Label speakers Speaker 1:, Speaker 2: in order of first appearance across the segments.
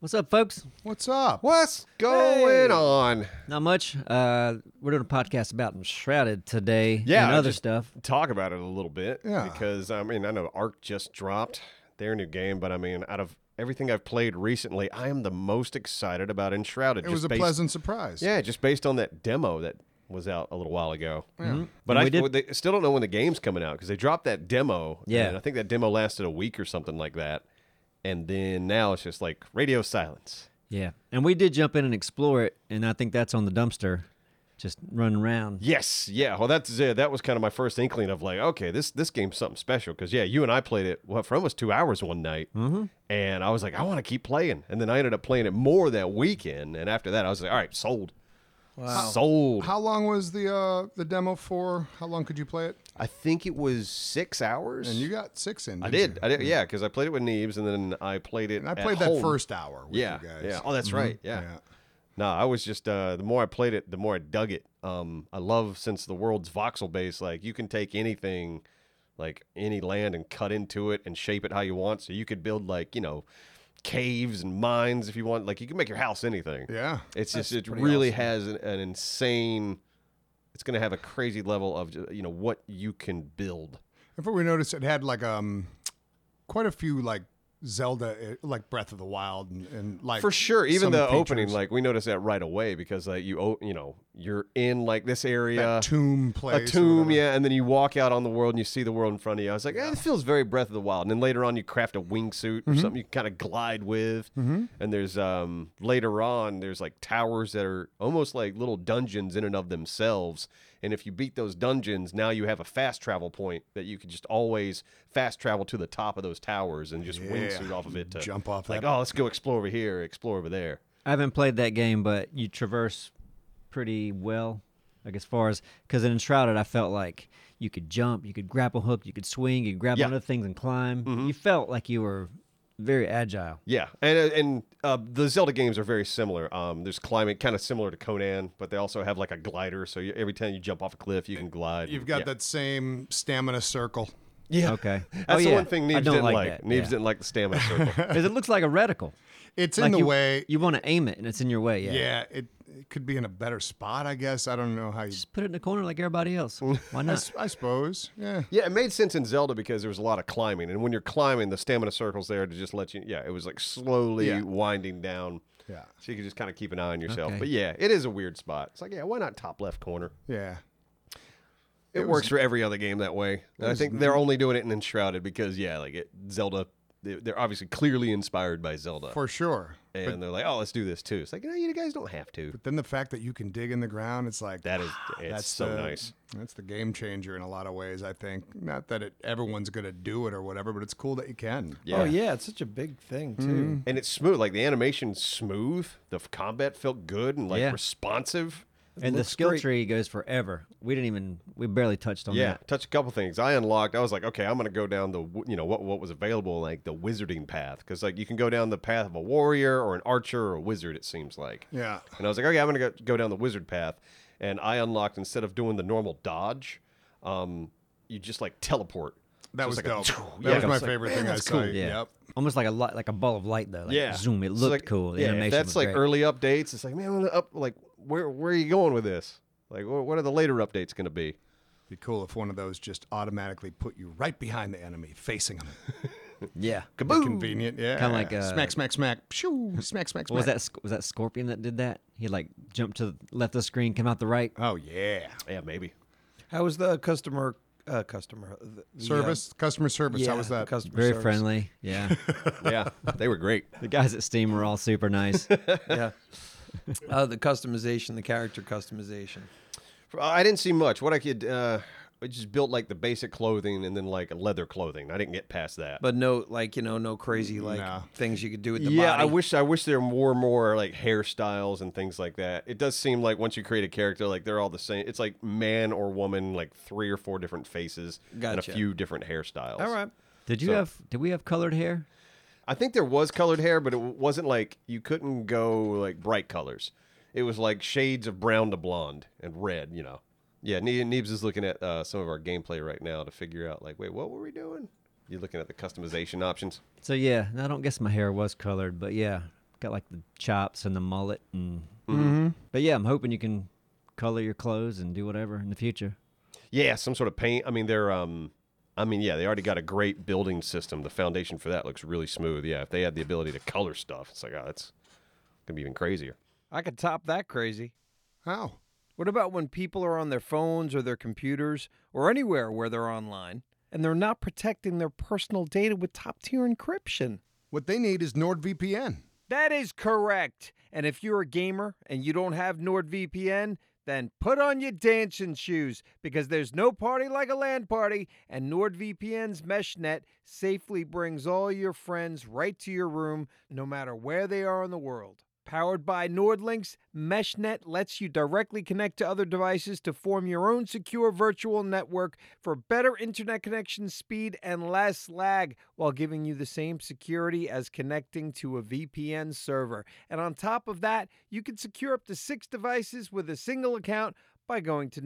Speaker 1: What's up, folks?
Speaker 2: What's up?
Speaker 3: What's
Speaker 2: Hey.
Speaker 3: going on?
Speaker 1: Not much. Uh, we're doing a podcast about Shrouded today
Speaker 3: Yeah,
Speaker 1: and
Speaker 3: I
Speaker 1: other
Speaker 3: just-
Speaker 1: stuff.
Speaker 3: Talk about it a little bit.
Speaker 2: Yeah.
Speaker 3: Because, I mean, I know Ark just dropped their new game, but I mean, out of everything I've played recently, I am the most excited about Enshrouded.
Speaker 2: It was a
Speaker 3: based,
Speaker 2: pleasant surprise.
Speaker 3: Yeah, just based on that demo that was out a little while ago.
Speaker 2: Yeah. Mm-hmm.
Speaker 1: And
Speaker 3: But I
Speaker 1: we did-
Speaker 3: well, they still don't know when the game's coming out because they dropped that demo.
Speaker 1: Yeah.
Speaker 3: And I think that demo lasted a week or something like that. And then now it's just like radio silence.
Speaker 1: Yeah. And we did jump in and explore it, and I think that's on the dumpster, just running around.
Speaker 3: Yes, yeah. Well, that's uh, that was kind of my first inkling of like, okay, this this game's something special because yeah, you and I played it well, for almost two hours one night, mm-hmm. and I was like, I want to keep playing, and then I ended up playing it more that weekend, and after that, I was like, all right, sold, sold.
Speaker 2: How long was the uh, the demo for? How long could you play it?
Speaker 3: I think it was six hours.
Speaker 2: And you got six in.
Speaker 3: I
Speaker 2: didn't
Speaker 3: did, I did, yeah, because I played it with Neebs, and then I played it.
Speaker 2: you? And I
Speaker 3: at
Speaker 2: played that
Speaker 3: home.
Speaker 2: first hour with
Speaker 3: Yeah,
Speaker 2: you guys. Mm-hmm.
Speaker 3: yeah. Oh, that's right. Yeah.
Speaker 2: Yeah.
Speaker 3: No, I was just uh, the more I played it, the more I dug it. Um, I love since the world's voxel based, like you can take anything, like any land, and cut into it and shape it how you want. So you could build like you know, caves and mines if you want. Like you can make your house anything.
Speaker 2: Yeah.
Speaker 3: It's just
Speaker 2: That's
Speaker 3: it
Speaker 2: pretty
Speaker 3: really
Speaker 2: awesome.
Speaker 3: has an, an insane. It's going to have a crazy level of you know what you can build.
Speaker 2: Before we noticed, it had like um, quite a few like Zelda, eh, like Breath of the Wild, and, and like
Speaker 3: for sure even
Speaker 2: some
Speaker 3: the
Speaker 2: features.
Speaker 3: opening like we noticed that right away because like you o- you know you're in like this area
Speaker 2: that tomb place,
Speaker 3: a
Speaker 2: or
Speaker 3: tomb,
Speaker 2: whatever.
Speaker 3: yeah, and then you walk out on the world and you see the world in front of you. I was like, eh, it feels very Breath of the Wild. And then later on, you craft a wingsuit
Speaker 2: Mm-hmm.
Speaker 3: or something you can kind of glide with. And there's um later on, there's like towers that are almost like little dungeons in and of themselves. And if you beat those dungeons, now you have a fast travel point that you can just always fast travel to the top of those towers and just wingsuit off of it to
Speaker 2: Jump off
Speaker 3: Like,
Speaker 2: that-
Speaker 3: oh, let's go explore over here, explore over there.
Speaker 1: I haven't played that game, but you traverse pretty well, like as far as because in Shrouded, I felt like you could jump, you could grapple hook, you could swing, you could grab
Speaker 3: Yeah. Mm-hmm.
Speaker 1: onto things and climb. You felt like you were very agile.
Speaker 3: Yeah, and and uh, the Zelda games are very similar. Um, there's climbing, kind of similar to Conan, but they also have like a glider. So you, every time you jump off a cliff, you can glide.
Speaker 2: You've got
Speaker 3: yeah.
Speaker 2: that same stamina circle.
Speaker 3: Yeah.
Speaker 1: Okay.
Speaker 3: That's
Speaker 1: Oh,
Speaker 3: the
Speaker 1: yeah.
Speaker 3: one thing
Speaker 1: I
Speaker 3: Neves
Speaker 1: don't
Speaker 3: didn't
Speaker 1: like
Speaker 3: like.
Speaker 1: that,
Speaker 3: Neves
Speaker 1: yeah.
Speaker 3: didn't like the stamina circle.
Speaker 1: Because it looks like a reticle.
Speaker 2: It's in
Speaker 1: like
Speaker 2: the
Speaker 1: you,
Speaker 2: way.
Speaker 1: You want to aim it, and it's in your way. Yeah.
Speaker 2: yeah, it, it could be in a better spot, I guess. I don't know how you.
Speaker 1: Just put it in the corner like everybody else. Why
Speaker 2: I,
Speaker 1: not?
Speaker 2: s- I suppose. Yeah.
Speaker 3: yeah, it made sense in Zelda because there was a lot of climbing, and when you're climbing, the stamina circle's there to just let you. Yeah, it was like slowly
Speaker 2: Yeah.
Speaker 3: winding down.
Speaker 2: Yeah.
Speaker 3: So you can just kind of keep an eye on yourself.
Speaker 1: Okay.
Speaker 3: But yeah, it is a weird spot. It's like, yeah, why not top left corner?
Speaker 2: Yeah.
Speaker 3: It, works for every other game that way. And I think they're only doing it in Enshrouded because, yeah, like it, Zelda, they- they're obviously clearly inspired by Zelda.
Speaker 2: For sure.
Speaker 3: and they're like, oh, let's do this too. It's like, no, you guys don't have to.
Speaker 4: Oh,
Speaker 2: But then the fact that you can dig in the ground, it's like ah,
Speaker 3: That is, it's
Speaker 2: that's
Speaker 3: so
Speaker 2: the-
Speaker 3: nice.
Speaker 2: That's the game changer in a lot of ways. I think not that it, everyone's going to do it or whatever, but it's cool that you can.
Speaker 3: Yeah.
Speaker 4: Oh yeah, it's such a big thing too.
Speaker 3: And it's smooth. Like the animation's smooth. The f- combat felt good and like
Speaker 1: Yeah.
Speaker 3: responsive.
Speaker 1: and the
Speaker 4: looks
Speaker 1: skill
Speaker 4: great.
Speaker 1: tree goes forever. We didn't even. We barely touched
Speaker 4: Oh,
Speaker 1: on
Speaker 3: Yeah,
Speaker 1: that.
Speaker 3: touch a couple things. I unlocked. I was like, okay, I'm gonna go down the w- you know what what was available like the wizarding path because like you can go down the path of a warrior or an archer or a wizard. It seems like.
Speaker 2: Yeah.
Speaker 3: And I was like, okay, I'm gonna go, go down the wizard path, and I unlocked instead of doing the normal dodge, um, you just like teleport.
Speaker 2: That
Speaker 3: So
Speaker 2: was
Speaker 3: it's
Speaker 2: dope.
Speaker 3: like a-
Speaker 2: that
Speaker 3: Yeah,
Speaker 2: was
Speaker 3: I
Speaker 2: my
Speaker 3: like,
Speaker 2: favorite
Speaker 3: man,
Speaker 2: thing I
Speaker 3: that's
Speaker 2: saw.
Speaker 3: cool.
Speaker 1: Yeah.
Speaker 2: Yep.
Speaker 1: Almost like a light, like a ball of light though. Like
Speaker 3: yeah,
Speaker 1: Zoom. It
Speaker 3: So,
Speaker 1: looked
Speaker 3: like,
Speaker 1: cool. The
Speaker 3: yeah, if
Speaker 1: animation
Speaker 3: that's
Speaker 1: was
Speaker 3: like
Speaker 1: great.
Speaker 3: early updates. It's like man, I wanna up like where where are you going with this? Like wh- what are the later updates gonna be?
Speaker 2: Be cool if one of those just automatically put you right behind the enemy, facing them.
Speaker 1: Yeah.
Speaker 2: Convenient. Yeah.
Speaker 1: Kinda like, uh,
Speaker 2: smack, smack, smack. Shoo. Smack, smack, smack.
Speaker 1: What was that Sc- was that Scorpion that did that? He like jumped to the left of the screen, came out the right.
Speaker 2: Oh yeah.
Speaker 3: Yeah, maybe.
Speaker 4: How was the customer uh, customer the, the, uh,
Speaker 2: Service, customer service.
Speaker 4: yeah,
Speaker 2: How was
Speaker 4: the
Speaker 2: that?
Speaker 4: Customer
Speaker 1: Very
Speaker 4: service.
Speaker 1: friendly. Yeah.
Speaker 3: Yeah, they were great.
Speaker 1: the guys at Steam were all super nice.
Speaker 4: yeah. Uh, the customization, the character customization.
Speaker 3: I didn't see much. What I could, uh, I just built like the basic clothing and then like leather clothing. I didn't get past that.
Speaker 4: But no, like you know, no crazy like
Speaker 2: Mm, Nah.
Speaker 4: things you could do with the
Speaker 3: yeah,
Speaker 4: body.
Speaker 3: I wish I wish there were more more like hairstyles and things like that. It does seem like once you create a character, like they're all the same. It's like man or woman, like three or four different faces and a
Speaker 4: Gotcha.
Speaker 3: few different hairstyles.
Speaker 4: All right.
Speaker 1: Did you
Speaker 3: So-
Speaker 1: have? Did we have colored hair?
Speaker 3: I think there was colored hair, but it wasn't like you couldn't go like bright colors. It was like shades of brown to blonde and red. You know. Yeah, Ne- Neebs is looking at uh, some of our gameplay right now to figure out like, wait, what were we doing? You're looking at the customization options.
Speaker 1: So yeah, I don't guess my hair was colored, but yeah, got like the chops and the mullet and. But yeah, I'm hoping you can color your clothes and do whatever in the future.
Speaker 3: Yeah, some sort of paint. I mean, they're um, I mean, yeah, they already got a great building system. The foundation for that looks really smooth. Yeah, if they had the ability to color stuff, it's like, oh, that's gonna be even crazier.
Speaker 5: I could top that crazy.
Speaker 2: How?
Speaker 5: What about when people are on their phones or their computers or anywhere where they're online and they're not protecting their personal data with top tier encryption?
Speaker 2: What they need is NordVPN.
Speaker 5: That is correct. And if you're a gamer and you don't have NordVPN, then put on your dancing shoes because there's no party like a LAN party, and NordVPN's meshnet safely brings all your friends right to your room, no matter where they are in the world. Powered by NordLink's meshnet lets you directly connect to other devices to form your own secure virtual network for better internet connection speed and less lag while giving you the same security as connecting to a VPN server. And on top of that, you can secure up to 6 devices with a single account by going to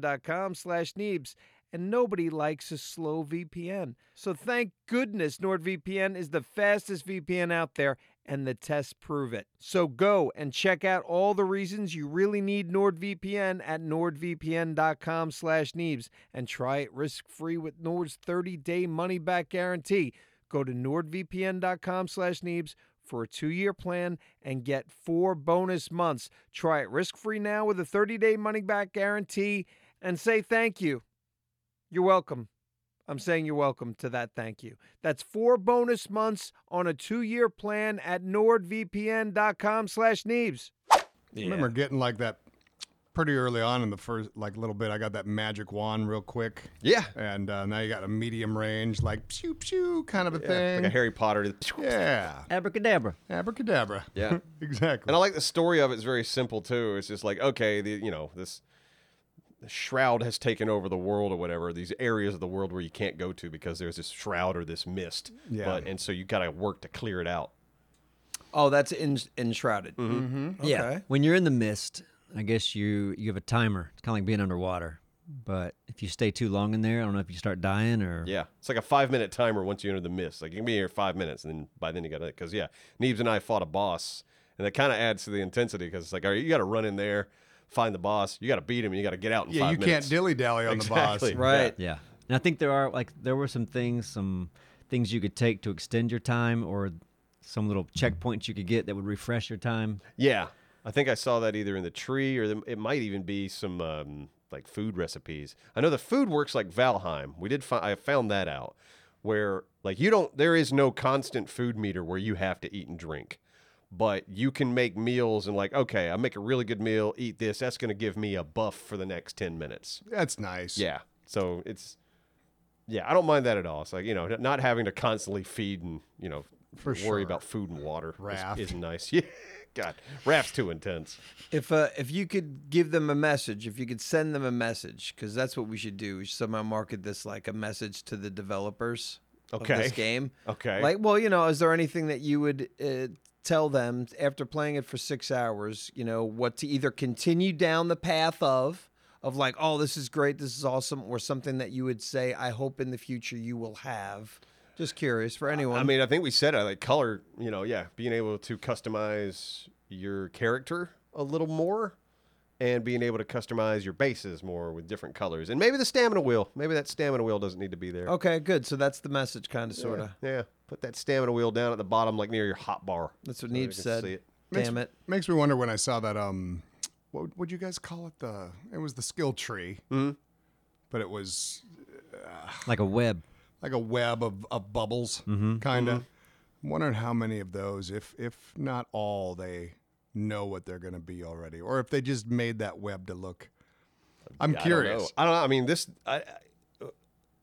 Speaker 5: nordvpn.com/neebs E and nobody likes a slow VPN. So thank goodness NordVPN is the fastest VPN out there, and the tests prove it. So go and check out all the reasons you really need NordVPN at nordvpn.com slash E Neebs and try it risk-free with Nord's 30-day money-back guarantee. Go to nordvpn.com slash E Neebs for a two-year plan and get four bonus months. Try it risk-free now with a 30-day money-back guarantee and say thank you. You're welcome. I'm saying you're welcome to that. Thank you. That's four bonus months on a two-year plan at NordVPN.com/neebs.
Speaker 2: I remember getting like that pretty early on in the first like little bit. I got that magic wand real quick,
Speaker 3: Yeah,
Speaker 2: and uh, now you got a medium range, like pew pew kind of a thing.
Speaker 3: like a Harry Potter.
Speaker 2: yeah,
Speaker 1: Abracadabra.
Speaker 2: abracadabra.
Speaker 3: Yeah.
Speaker 2: exactly.
Speaker 3: And I like the story of it. It's very simple too. It's just like okay, the you know this shroud has taken over the world or whatever. These areas of the world where you can't go to because there's this shroud or this mist.
Speaker 2: Yeah.
Speaker 3: But, and so you gotta work to clear it out.
Speaker 5: Oh, that's in, enshrouded.
Speaker 1: Yeah.
Speaker 5: Okay.
Speaker 1: When you're in the mist, I guess you you have a timer. It's kind of like being underwater. But if you stay too long in there, I don't know if you start dying or
Speaker 3: Yeah, it's like a five minute timer once you enter the mist. Like you can be here five minutes, and then by then you got to because yeah, Neebs and I fought a boss, and that kind of adds to the intensity because it's like all right, you got to run in there, find the boss, you got to beat him, and you got to get out in
Speaker 2: yeah,
Speaker 3: five
Speaker 2: you
Speaker 3: minutes.
Speaker 2: can't dilly dally on
Speaker 3: exactly.
Speaker 2: the boss.
Speaker 5: Right.
Speaker 1: Yeah. And I think there are like there were some things, some things you could take to extend your time or some little checkpoints you could get that would refresh your time.
Speaker 3: Yeah, I think I saw that either in the tree or the, it might even be some um, like food recipes. I know the food works like Valheim. We did fi- I found that out where like you don't there is no constant food meter where you have to eat and drink. But you can make meals and like okay, I make a really good meal, eat this, that's going to give me a buff for the next 10 minutes.
Speaker 2: That's nice.
Speaker 3: Yeah. So it's yeah, I don't mind that at all. It's like, you know, not having to constantly feed and, you know,
Speaker 2: For
Speaker 3: worry
Speaker 2: sure.
Speaker 3: about food and water is-
Speaker 2: Raft.
Speaker 3: is, nice. Yeah. God, raft's too intense.
Speaker 5: If uh, if you could give them a message, if you could send them a message, because that's what we should do. We should somehow market this like a message to the developers of
Speaker 3: Okay.
Speaker 5: this game.
Speaker 3: Okay.
Speaker 5: Like, well, you know, is there anything that you would uh, tell them after playing it for six hours? You know, what to either continue down the path of, of like, oh, this is great, this is awesome, or something that you would say, I hope in the future you will have. Just curious for anyone.
Speaker 3: I mean, I think we said it like color, you know, yeah, being able to customize your character a little more and being able to customize your bases more with different colors. And maybe the stamina wheel. Maybe that stamina wheel doesn't need to be there. uh,
Speaker 5: okay, good. So that's the message, kind of, sort of.
Speaker 3: Yeah. Put that stamina wheel down at the bottom, like near your hot bar.
Speaker 5: That's what
Speaker 3: that I
Speaker 5: Neve
Speaker 3: can
Speaker 5: said.
Speaker 3: see it.
Speaker 5: Damn it.
Speaker 2: Makes me wonder when I saw that. Um, what would you guys call it? The it was the skill tree, mm-hmm. but it was
Speaker 1: Like a web.
Speaker 2: like a web of, of bubbles,
Speaker 3: Mm-hmm.
Speaker 2: kind of. I'm wondering how many of those, if if not all, they know what they're going to be already, or if they just made that web to look. I'm
Speaker 3: I don't know.
Speaker 2: curious.
Speaker 3: I don't know. I mean, this. I, I-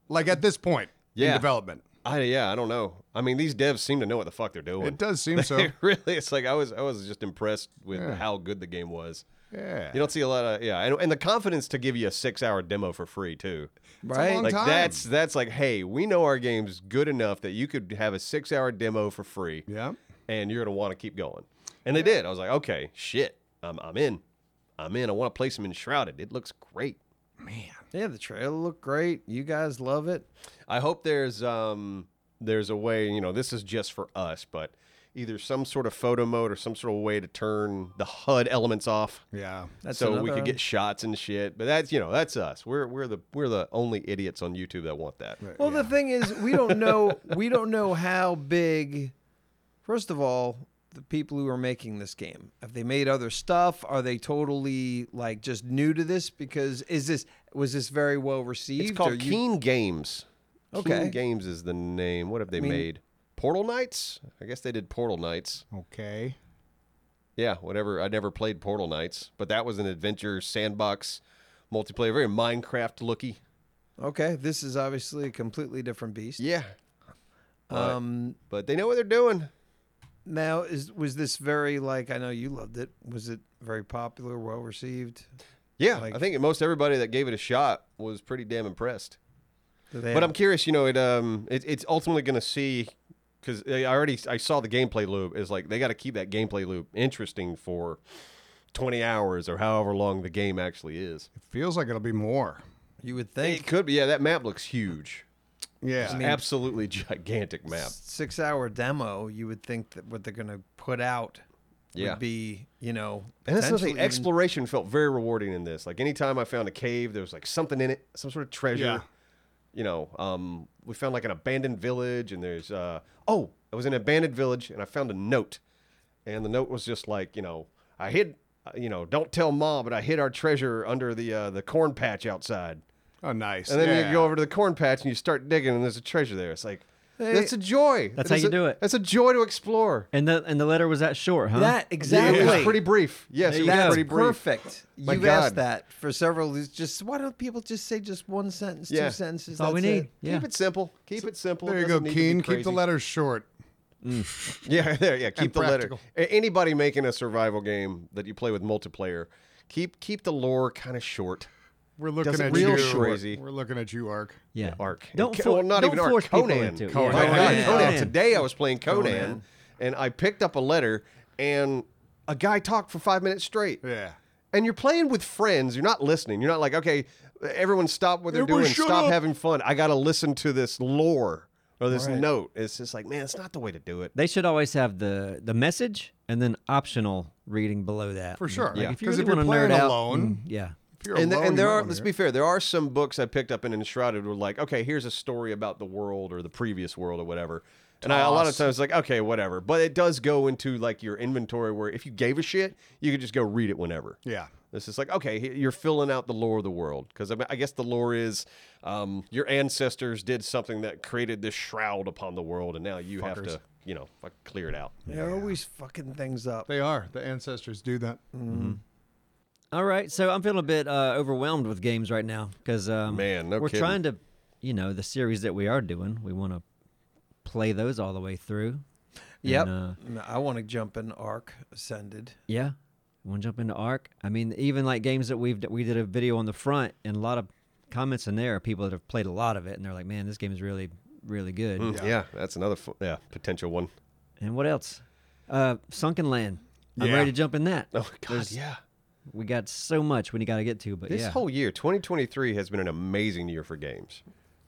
Speaker 2: Like at this point in
Speaker 3: Yeah.
Speaker 2: development,
Speaker 3: I yeah, I don't know. I mean, these devs seem to know what the fuck they're doing.
Speaker 2: it does seem so.
Speaker 3: They really, it's like I was I was just impressed with how good the game was.
Speaker 2: Yeah,
Speaker 3: You don't see a lot of yeah, and, and the confidence to give you a six hour demo for free too.
Speaker 5: Right?
Speaker 2: long
Speaker 3: Like
Speaker 2: time.
Speaker 3: that's that's like, hey, we know our game's good enough that you could have a six hour demo for free,
Speaker 2: yeah.
Speaker 3: and you're gonna want to keep going. And they did. I was like, okay, shit, I'm I'm in, I'm in. I want to play some Enshrouded. It looks great.
Speaker 5: Yeah, the trailer looked great. You guys love it.
Speaker 3: I hope there's um there's a way, you know, this is just for us, but either some sort of photo mode or some sort of way to turn the HUD elements off.
Speaker 2: Yeah.
Speaker 1: That's
Speaker 3: so we
Speaker 1: another-
Speaker 3: could get shots and shit, but that's you know that's us. We're we're the we're the only idiots on YouTube that want that.
Speaker 2: Right.
Speaker 4: Well, the thing is, we don't know. we don't know how big. First of all, the people who are making this game have they made other stuff? Are they totally like just new to this? Because is this was this very well received?
Speaker 3: It's
Speaker 4: Are
Speaker 3: called
Speaker 4: you-
Speaker 3: Keen Games.
Speaker 4: Okay.
Speaker 3: Keen Games is the name. What have they
Speaker 4: mean-
Speaker 3: made? Portal Knights? I guess they did Portal Knights.
Speaker 2: Okay.
Speaker 3: Yeah, whatever. I never played Portal Knights, but that was an adventure sandbox multiplayer, very Minecraft looky.
Speaker 4: okay, this is obviously a completely different beast.
Speaker 3: Yeah.
Speaker 4: Um,
Speaker 3: But they know what they're doing.
Speaker 4: now is was this very like I know you loved it. Was it very popular? Well received?
Speaker 3: Yeah.
Speaker 4: Like-
Speaker 3: I think most everybody that gave it a shot was pretty damn impressed.
Speaker 4: Do they
Speaker 3: But
Speaker 4: have-
Speaker 3: I'm curious, you know, it um it, it's ultimately going to see cuz I already I saw the gameplay loop is like they got to keep that gameplay loop interesting for 20 hours or however long the game actually is.
Speaker 2: It feels like it'll be more.
Speaker 4: you would
Speaker 3: It
Speaker 4: think
Speaker 3: could be. Yeah, that map looks huge.
Speaker 2: Yeah.
Speaker 3: It's an absolutely gigantic map.
Speaker 4: six hour demo. You would think that what they're going to put out
Speaker 3: Yeah.
Speaker 4: would be you know
Speaker 3: And that's the thing.
Speaker 4: potentially even-
Speaker 3: Exploration felt very rewarding in this. Like anytime I found a cave, there was like something in it, some sort of treasure.
Speaker 2: Yeah.
Speaker 3: You know, um, we found like an abandoned village, and there's uh, oh, I was in an abandoned village, and I found a note, and the note was just like, you know, I hid, uh, you know, don't tell mom, but I hid our treasure under the uh, the corn patch outside.
Speaker 2: Oh, nice.
Speaker 3: And then
Speaker 2: yeah.
Speaker 3: you go over to the corn patch and you start digging, and there's a treasure there. It's like that's a joy.
Speaker 1: That's
Speaker 3: It
Speaker 1: how
Speaker 3: is
Speaker 1: you
Speaker 3: a-
Speaker 1: do it.
Speaker 3: That's a joy to explore.
Speaker 1: And the and the letter was that short, huh?
Speaker 4: That exactly.
Speaker 3: It was pretty brief. Yes,
Speaker 1: There
Speaker 3: it
Speaker 1: you
Speaker 3: was
Speaker 1: go.
Speaker 4: That's
Speaker 3: pretty brief.
Speaker 4: perfect.
Speaker 3: My
Speaker 4: You've asked
Speaker 3: God.
Speaker 4: that for several. it's Just why don't people just say just one sentence,
Speaker 3: Yeah.
Speaker 4: two sentences?
Speaker 1: That's all we
Speaker 4: that's it.
Speaker 1: need. Yeah.
Speaker 3: Keep it simple. Keep it simple.
Speaker 2: There you go,
Speaker 3: Doesn't need to be
Speaker 2: Keen. Keep
Speaker 3: crazy.
Speaker 2: the letters short.
Speaker 3: Yeah, there. Yeah, keep the
Speaker 2: practical.
Speaker 3: letter. A- Anybody making a survival game that you play with multiplayer, keep keep the lore kind of short.
Speaker 2: We're looking
Speaker 3: Doesn't
Speaker 2: at
Speaker 3: real
Speaker 2: you.
Speaker 3: crazy.
Speaker 2: We're looking at you, Ark.
Speaker 1: yeah.
Speaker 3: Arc.
Speaker 1: Don't
Speaker 3: Co-
Speaker 1: for,
Speaker 3: well, not
Speaker 1: don't
Speaker 3: even Arc.
Speaker 1: force people
Speaker 3: Conan.
Speaker 1: into it.
Speaker 2: Conan.
Speaker 3: Oh my God,
Speaker 2: Conan.
Speaker 3: Conan. Today I was playing Conan, and I picked up a letter, and a guy talked for five minutes straight.
Speaker 2: Yeah.
Speaker 3: And you're playing with friends. You're not listening. You're not like, okay, everyone stop what they're
Speaker 2: Everybody
Speaker 3: doing.
Speaker 2: shut
Speaker 3: Stop
Speaker 2: up.
Speaker 3: having fun. I got to listen to this lore or this
Speaker 4: Right.
Speaker 3: note. It's just like, man, it's not the way to do it.
Speaker 1: They should always have the the message and then optional reading below that.
Speaker 2: For sure.
Speaker 1: Like if you
Speaker 2: 'Cause
Speaker 1: really
Speaker 2: if you're
Speaker 1: want to
Speaker 2: playing
Speaker 1: nerd out,
Speaker 2: alone-
Speaker 1: mm, yeah.
Speaker 2: If you're
Speaker 3: and, the-
Speaker 2: alone,
Speaker 3: and
Speaker 2: you
Speaker 3: there
Speaker 2: might
Speaker 3: are
Speaker 2: wanna
Speaker 3: let's
Speaker 2: hear-
Speaker 3: be fair there are some books i picked up in enshrouded were like okay here's a story about the world or the previous world or whatever and I, a lot of
Speaker 2: Toss.
Speaker 3: times like okay whatever but it does go into like your inventory where if you gave a shit you could just go read it whenever
Speaker 2: Yeah.
Speaker 3: this is like okay he- you're filling out the lore of the world because I, mean, I guess the lore is um, your ancestors did something that created this shroud upon the world and now you have to you know fuck, clear it out
Speaker 4: They're always fucking things up.
Speaker 2: They are. The ancestors do that.
Speaker 1: All right, so I'm feeling a bit uh, overwhelmed with games right now because um,
Speaker 3: Man, no
Speaker 1: we're
Speaker 3: kidding.
Speaker 1: trying to, you know, the series that we are doing, we want to play those all the way through.
Speaker 4: Yep.
Speaker 1: And, uh,
Speaker 4: No, I want to jump in Arc Ascended.
Speaker 1: Yeah, want to jump into Arc? I mean, even like games that we've we did a video on the front, and a lot of comments in there are people that have played a lot of it, and they're like, "Man, this game is really, really good."
Speaker 3: Mm, yeah. that's another fu- yeah potential one.
Speaker 1: And what else? Uh, Sunken Land. I'm
Speaker 2: Yeah.
Speaker 1: ready to jump in that.
Speaker 3: Oh god
Speaker 1: There's-
Speaker 3: yeah
Speaker 1: We got so much we got to get to, but
Speaker 3: This
Speaker 1: yeah.
Speaker 3: whole year, 2023, has been an amazing year for games.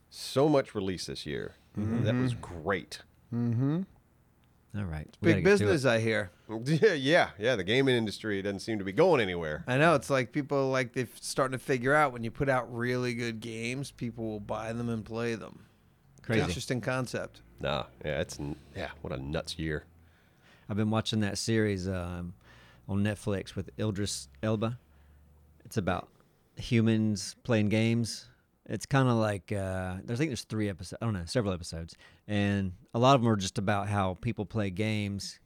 Speaker 3: So much release this year.
Speaker 2: Mm-hmm.
Speaker 3: That was great.
Speaker 1: all right, we
Speaker 4: Big
Speaker 1: gotta get to it.
Speaker 4: business, I hear.
Speaker 3: Yeah, yeah, yeah. The gaming industry doesn't seem to be going anywhere.
Speaker 4: I know it's like people like they're starting to figure out when you put out really good games, people will buy them and play them.
Speaker 1: Crazy.
Speaker 4: Interesting concept.
Speaker 3: Nah, yeah, it's n- yeah. What a nuts year.
Speaker 1: I've been watching that series um, on Netflix with Ildris Elba. It's about humans playing games. It's kind of like uh, there's- I think there's three episodes. I don't know, several episodes, and a lot of them are just about how people play games,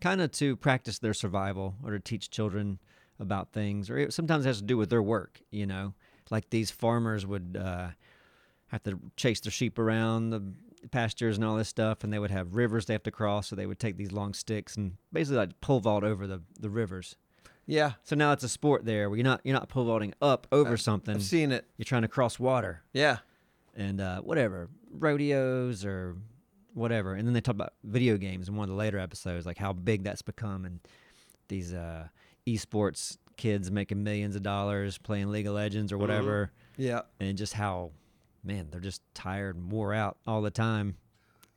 Speaker 1: kind of to practice their survival or to teach children about things, or it sometimes has to do with their work. You know, like these farmers would. Uh, have to chase their sheep around the pastures and all this stuff, and they would have rivers they have to cross, so they would take these long sticks and basically like pole vault over the, the rivers.
Speaker 4: Yeah,
Speaker 1: So now it's a sport there where you're not you're not pole vaulting up over something.
Speaker 4: I've seen it.
Speaker 1: you're trying to cross water
Speaker 4: Yeah,
Speaker 1: and uh, whatever rodeos or whatever. And then they talk about video games in one of the later episodes, like how big that's become, and these uh, esports kids making millions of dollars playing League of Legends or
Speaker 4: Mm-hmm.
Speaker 1: whatever
Speaker 4: yeah.
Speaker 1: and just how man they're just tired and wore out all the time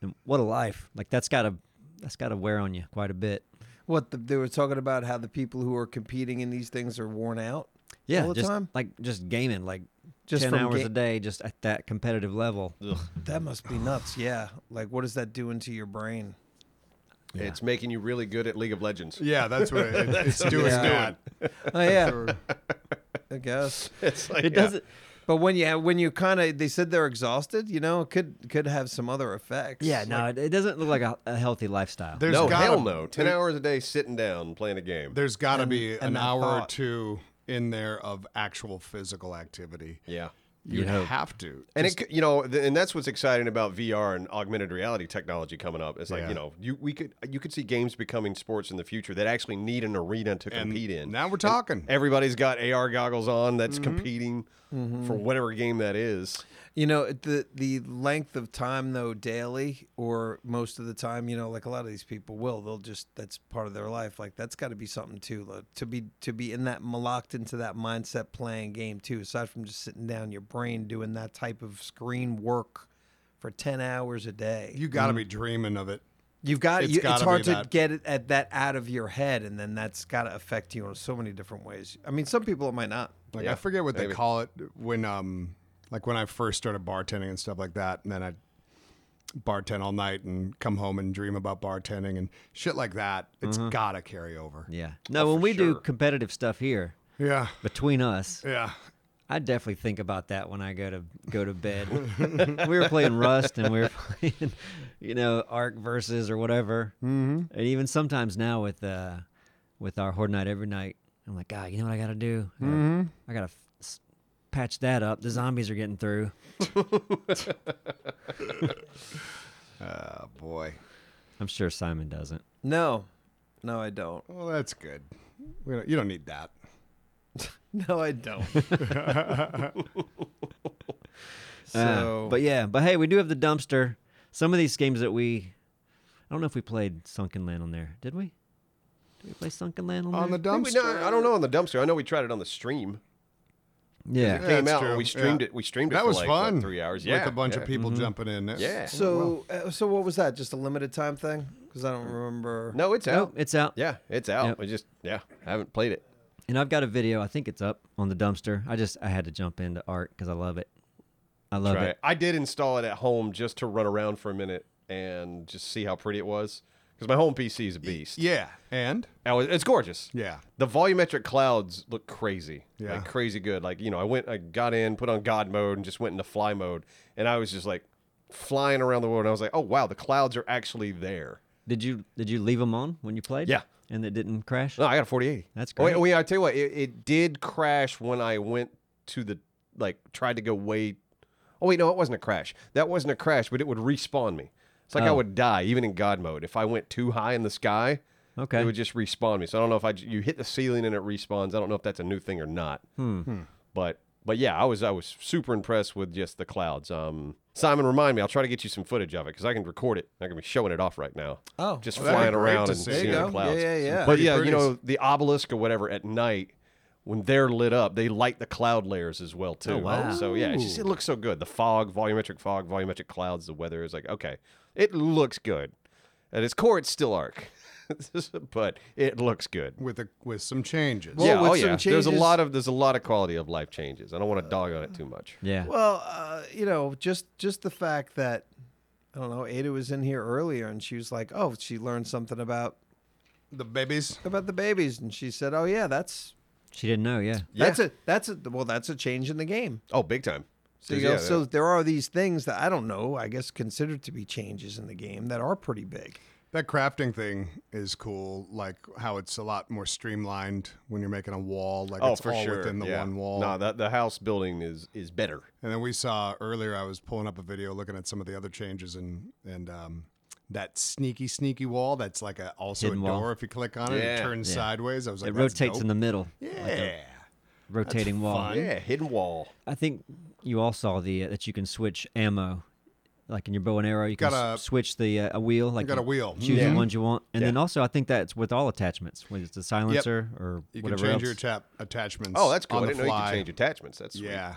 Speaker 1: and what a life like that's gotta that's got to wear on you quite a bit.
Speaker 5: What the, they were talking about how the people who are competing in these things are worn out.
Speaker 1: Yeah,
Speaker 5: All the
Speaker 1: just
Speaker 5: time?
Speaker 1: like just gaming, like
Speaker 5: Just
Speaker 1: ten
Speaker 5: from
Speaker 1: hours
Speaker 5: ga-
Speaker 1: a day, just at that competitive level.
Speaker 5: That must be nuts. Yeah. Like, what is that doing to your brain?
Speaker 3: It's making you really good at League of Legends.
Speaker 2: Yeah, that's what it, it's doing.
Speaker 5: it's
Speaker 2: that.
Speaker 5: Oh yeah, I guess.
Speaker 3: It's like,
Speaker 1: It
Speaker 3: yeah.
Speaker 1: doesn't.
Speaker 5: But when you when you kind of they said they're exhausted, you know, it could could have some other effects.
Speaker 1: Yeah, no, it, it doesn't look like a, a healthy lifestyle.
Speaker 2: There's
Speaker 3: no,
Speaker 2: gotta,
Speaker 3: hell no. Ten hours a day sitting down playing a game.
Speaker 2: There's got to be
Speaker 5: and
Speaker 2: an
Speaker 5: that
Speaker 2: hour or
Speaker 5: thought.
Speaker 2: two in there of actual physical activity.
Speaker 3: Yeah.
Speaker 2: You
Speaker 1: You'd hope.
Speaker 2: have to.
Speaker 3: And it, could- you know, th- and that's what's exciting about VR and augmented reality technology coming up. It's like
Speaker 2: Yeah.
Speaker 3: you know, you we could you could see games becoming sports in the future that actually need an arena to
Speaker 2: And
Speaker 3: compete in.
Speaker 2: Now we're talking.
Speaker 3: Everybody's got AR goggles on that's
Speaker 2: Mm-hmm.
Speaker 3: competing for whatever game that is.
Speaker 5: You know, the the length of time though daily or most of the time, you know, like a lot of these people will, they'll just that's part of their life. Like that's got to be something too like, to be to be in that locked into that mindset playing game too. Aside from just sitting down, your brain doing that type of screen work for ten hours a day.
Speaker 2: You got to
Speaker 3: Mm-hmm.
Speaker 2: be dreaming of it.
Speaker 5: You've got
Speaker 2: It's
Speaker 5: you, it's
Speaker 2: gotta be
Speaker 5: hard to
Speaker 2: that.
Speaker 5: get it at that out of your head, and then that's got to affect you in so many different ways. I mean, some people it might not.
Speaker 2: Like
Speaker 3: Yeah,
Speaker 2: I forget what
Speaker 3: maybe.
Speaker 2: they call it when um like when I first started bartending and stuff like that, and then I bartend all night and come home and dream about bartending and shit like that. It's
Speaker 3: Mm-hmm.
Speaker 2: gotta carry over.
Speaker 1: yeah, no, when we do
Speaker 3: sure.
Speaker 1: competitive stuff here
Speaker 2: Yeah.
Speaker 1: between us,
Speaker 2: Yeah.
Speaker 1: I definitely think about that when I go to go to bed. we were playing Rust and we were playing, you know, Ark versus or whatever. Mm-hmm. And even sometimes now with uh, with our Horde Night every night, I'm like, God, you know what I got to do? I gotta, I gotta f- s- patch that up. The zombies are getting through.
Speaker 2: Oh boy.
Speaker 1: I'm sure Simon doesn't.
Speaker 5: No, no, I don't.
Speaker 2: Well, that's good. We don't, you don't need that.
Speaker 5: No, I don't.
Speaker 2: Ah,
Speaker 5: so,
Speaker 1: Uh, but yeah, but hey, we do have the dumpster. Some of these games that we, I don't know if we played Sunken Land on there. Did we? Did we play Sunken Land on,
Speaker 2: On the
Speaker 1: there?
Speaker 3: I, think we-
Speaker 2: dumpster.
Speaker 3: no, I don't know on the dumpster. I know we tried it on the stream.
Speaker 1: yeah.
Speaker 2: Yeah,
Speaker 3: came
Speaker 2: that's
Speaker 3: out and
Speaker 2: true.
Speaker 3: we streamed
Speaker 2: Yeah.
Speaker 3: it. We streamed it.
Speaker 2: that
Speaker 3: for
Speaker 2: was
Speaker 3: like, what,
Speaker 2: fun.
Speaker 3: three hours.
Speaker 2: with
Speaker 3: Yeah,
Speaker 2: a bunch
Speaker 3: yeah. Mm-hmm.
Speaker 2: of people jumping in. That's-
Speaker 3: Yeah.
Speaker 5: so, uh, so what was that? Just a limited time thing? Because I don't remember.
Speaker 3: No, it's
Speaker 1: Nope,
Speaker 3: out.
Speaker 1: it's out.
Speaker 3: yeah, it's out.
Speaker 1: Yep.
Speaker 3: We just yeah, I haven't played it.
Speaker 1: And I've got a video. I think it's up on the dumpster. I just I had to jump into art because I love it. I love
Speaker 3: Try
Speaker 1: it.
Speaker 3: it. I did install it at home just to run around for a minute and just see how pretty it was. Because my home PC is a beast.
Speaker 2: yeah. And
Speaker 3: Now, it- it's gorgeous.
Speaker 2: yeah.
Speaker 3: The volumetric clouds look crazy.
Speaker 2: Yeah.
Speaker 3: Like crazy good. Like, you know, I went, I got in, put on God mode, and just went into fly mode. And I was just like flying around the world. And I was like, oh, wow, the clouds are actually there.
Speaker 1: Did you did you leave them on when you played?
Speaker 3: Yeah.
Speaker 1: And it didn't crash.
Speaker 3: No, I got a 4080.
Speaker 1: That's
Speaker 3: Oh, wait,
Speaker 1: great.
Speaker 3: wait, I tell you what, it, it did crash when I went to the, like, tried to go way. Oh, wait, no, it wasn't a crash. That wasn't a crash, but it would respawn me. It's like I
Speaker 1: Oh.
Speaker 3: would die, even in God mode. If I went too high in the sky,
Speaker 1: Okay.
Speaker 3: it would just respawn me. So I don't know if I j- you hit the ceiling and it respawns. I don't know if that's a new thing or not. But but yeah, I was I was super impressed with just the clouds. Um, Simon, remind me. I'll try to get you some footage of it because I can record it. I can be showing it off right now.
Speaker 5: Oh,
Speaker 3: just
Speaker 2: Well, that'd
Speaker 3: flying
Speaker 2: be great
Speaker 3: around
Speaker 2: to
Speaker 3: and
Speaker 2: see.
Speaker 3: seeing
Speaker 2: There you
Speaker 3: the
Speaker 2: go.
Speaker 3: clouds.
Speaker 5: Yeah, yeah, yeah.
Speaker 3: But yeah,
Speaker 2: Pretty
Speaker 3: you know the obelisk or whatever at night. When they're lit up, they light the cloud layers as well too.
Speaker 1: Oh, wow.
Speaker 3: So yeah, it's just, it looks so good. The fog, volumetric fog, volumetric clouds, the weather is like okay, it looks good. At its core, it's still arc, but it looks good.
Speaker 2: With a with some changes.
Speaker 5: Well,
Speaker 3: yeah,
Speaker 5: with
Speaker 3: oh
Speaker 5: some
Speaker 3: yeah. There's a
Speaker 5: changes-
Speaker 3: lot of there's a lot of quality of life changes. I don't want to dog on it too much.
Speaker 1: yeah.
Speaker 5: well, uh, you know, just just the fact that I don't know. Ada was in here earlier, and she was like, "Oh, she learned something about
Speaker 2: the babies.
Speaker 5: about the babies," and she said, "Oh yeah, that's
Speaker 1: she didn't know. Yeah.
Speaker 5: that's a that's a well, that's a change in the game."
Speaker 3: Oh, big time.
Speaker 5: So, you know, so there are these things that I don't know, I guess considered to be changes in the game that are pretty big.
Speaker 2: That crafting thing is cool, like how it's a lot more streamlined when you're making a wall, like
Speaker 3: oh
Speaker 2: it's
Speaker 3: for
Speaker 2: all
Speaker 3: sure.
Speaker 2: within the
Speaker 3: yeah.
Speaker 2: one wall.
Speaker 3: No, that the house building is is better.
Speaker 2: and then we saw earlier I was pulling up a video looking at some of the other changes and and um that sneaky sneaky wall that's like a also
Speaker 1: Hidden
Speaker 2: a
Speaker 1: wall.
Speaker 2: door if you click on it it
Speaker 3: Yeah.
Speaker 2: turns
Speaker 1: Yeah.
Speaker 2: sideways. I was like
Speaker 1: it
Speaker 2: "That's
Speaker 1: rotates in
Speaker 2: dope."
Speaker 1: the middle.
Speaker 2: Yeah.
Speaker 1: Like a rotating wall.
Speaker 3: Yeah, hidden wall.
Speaker 1: I think you all saw the uh, that you can switch ammo, like in your bow and arrow. You can
Speaker 2: Got
Speaker 1: s-
Speaker 2: a-
Speaker 1: switch the uh, a wheel. Like
Speaker 2: got a wheel.
Speaker 1: Choose
Speaker 2: Yeah.
Speaker 1: the ones you want, and then also I think that's with all attachments, whether it's the silencer or
Speaker 2: you can
Speaker 1: whatever else.
Speaker 2: change your tap attachments.
Speaker 3: Oh, that's cool.
Speaker 2: on
Speaker 3: I
Speaker 2: the
Speaker 3: didn't know you
Speaker 2: fly.
Speaker 3: could change attachments. That's sweet.
Speaker 2: Yeah.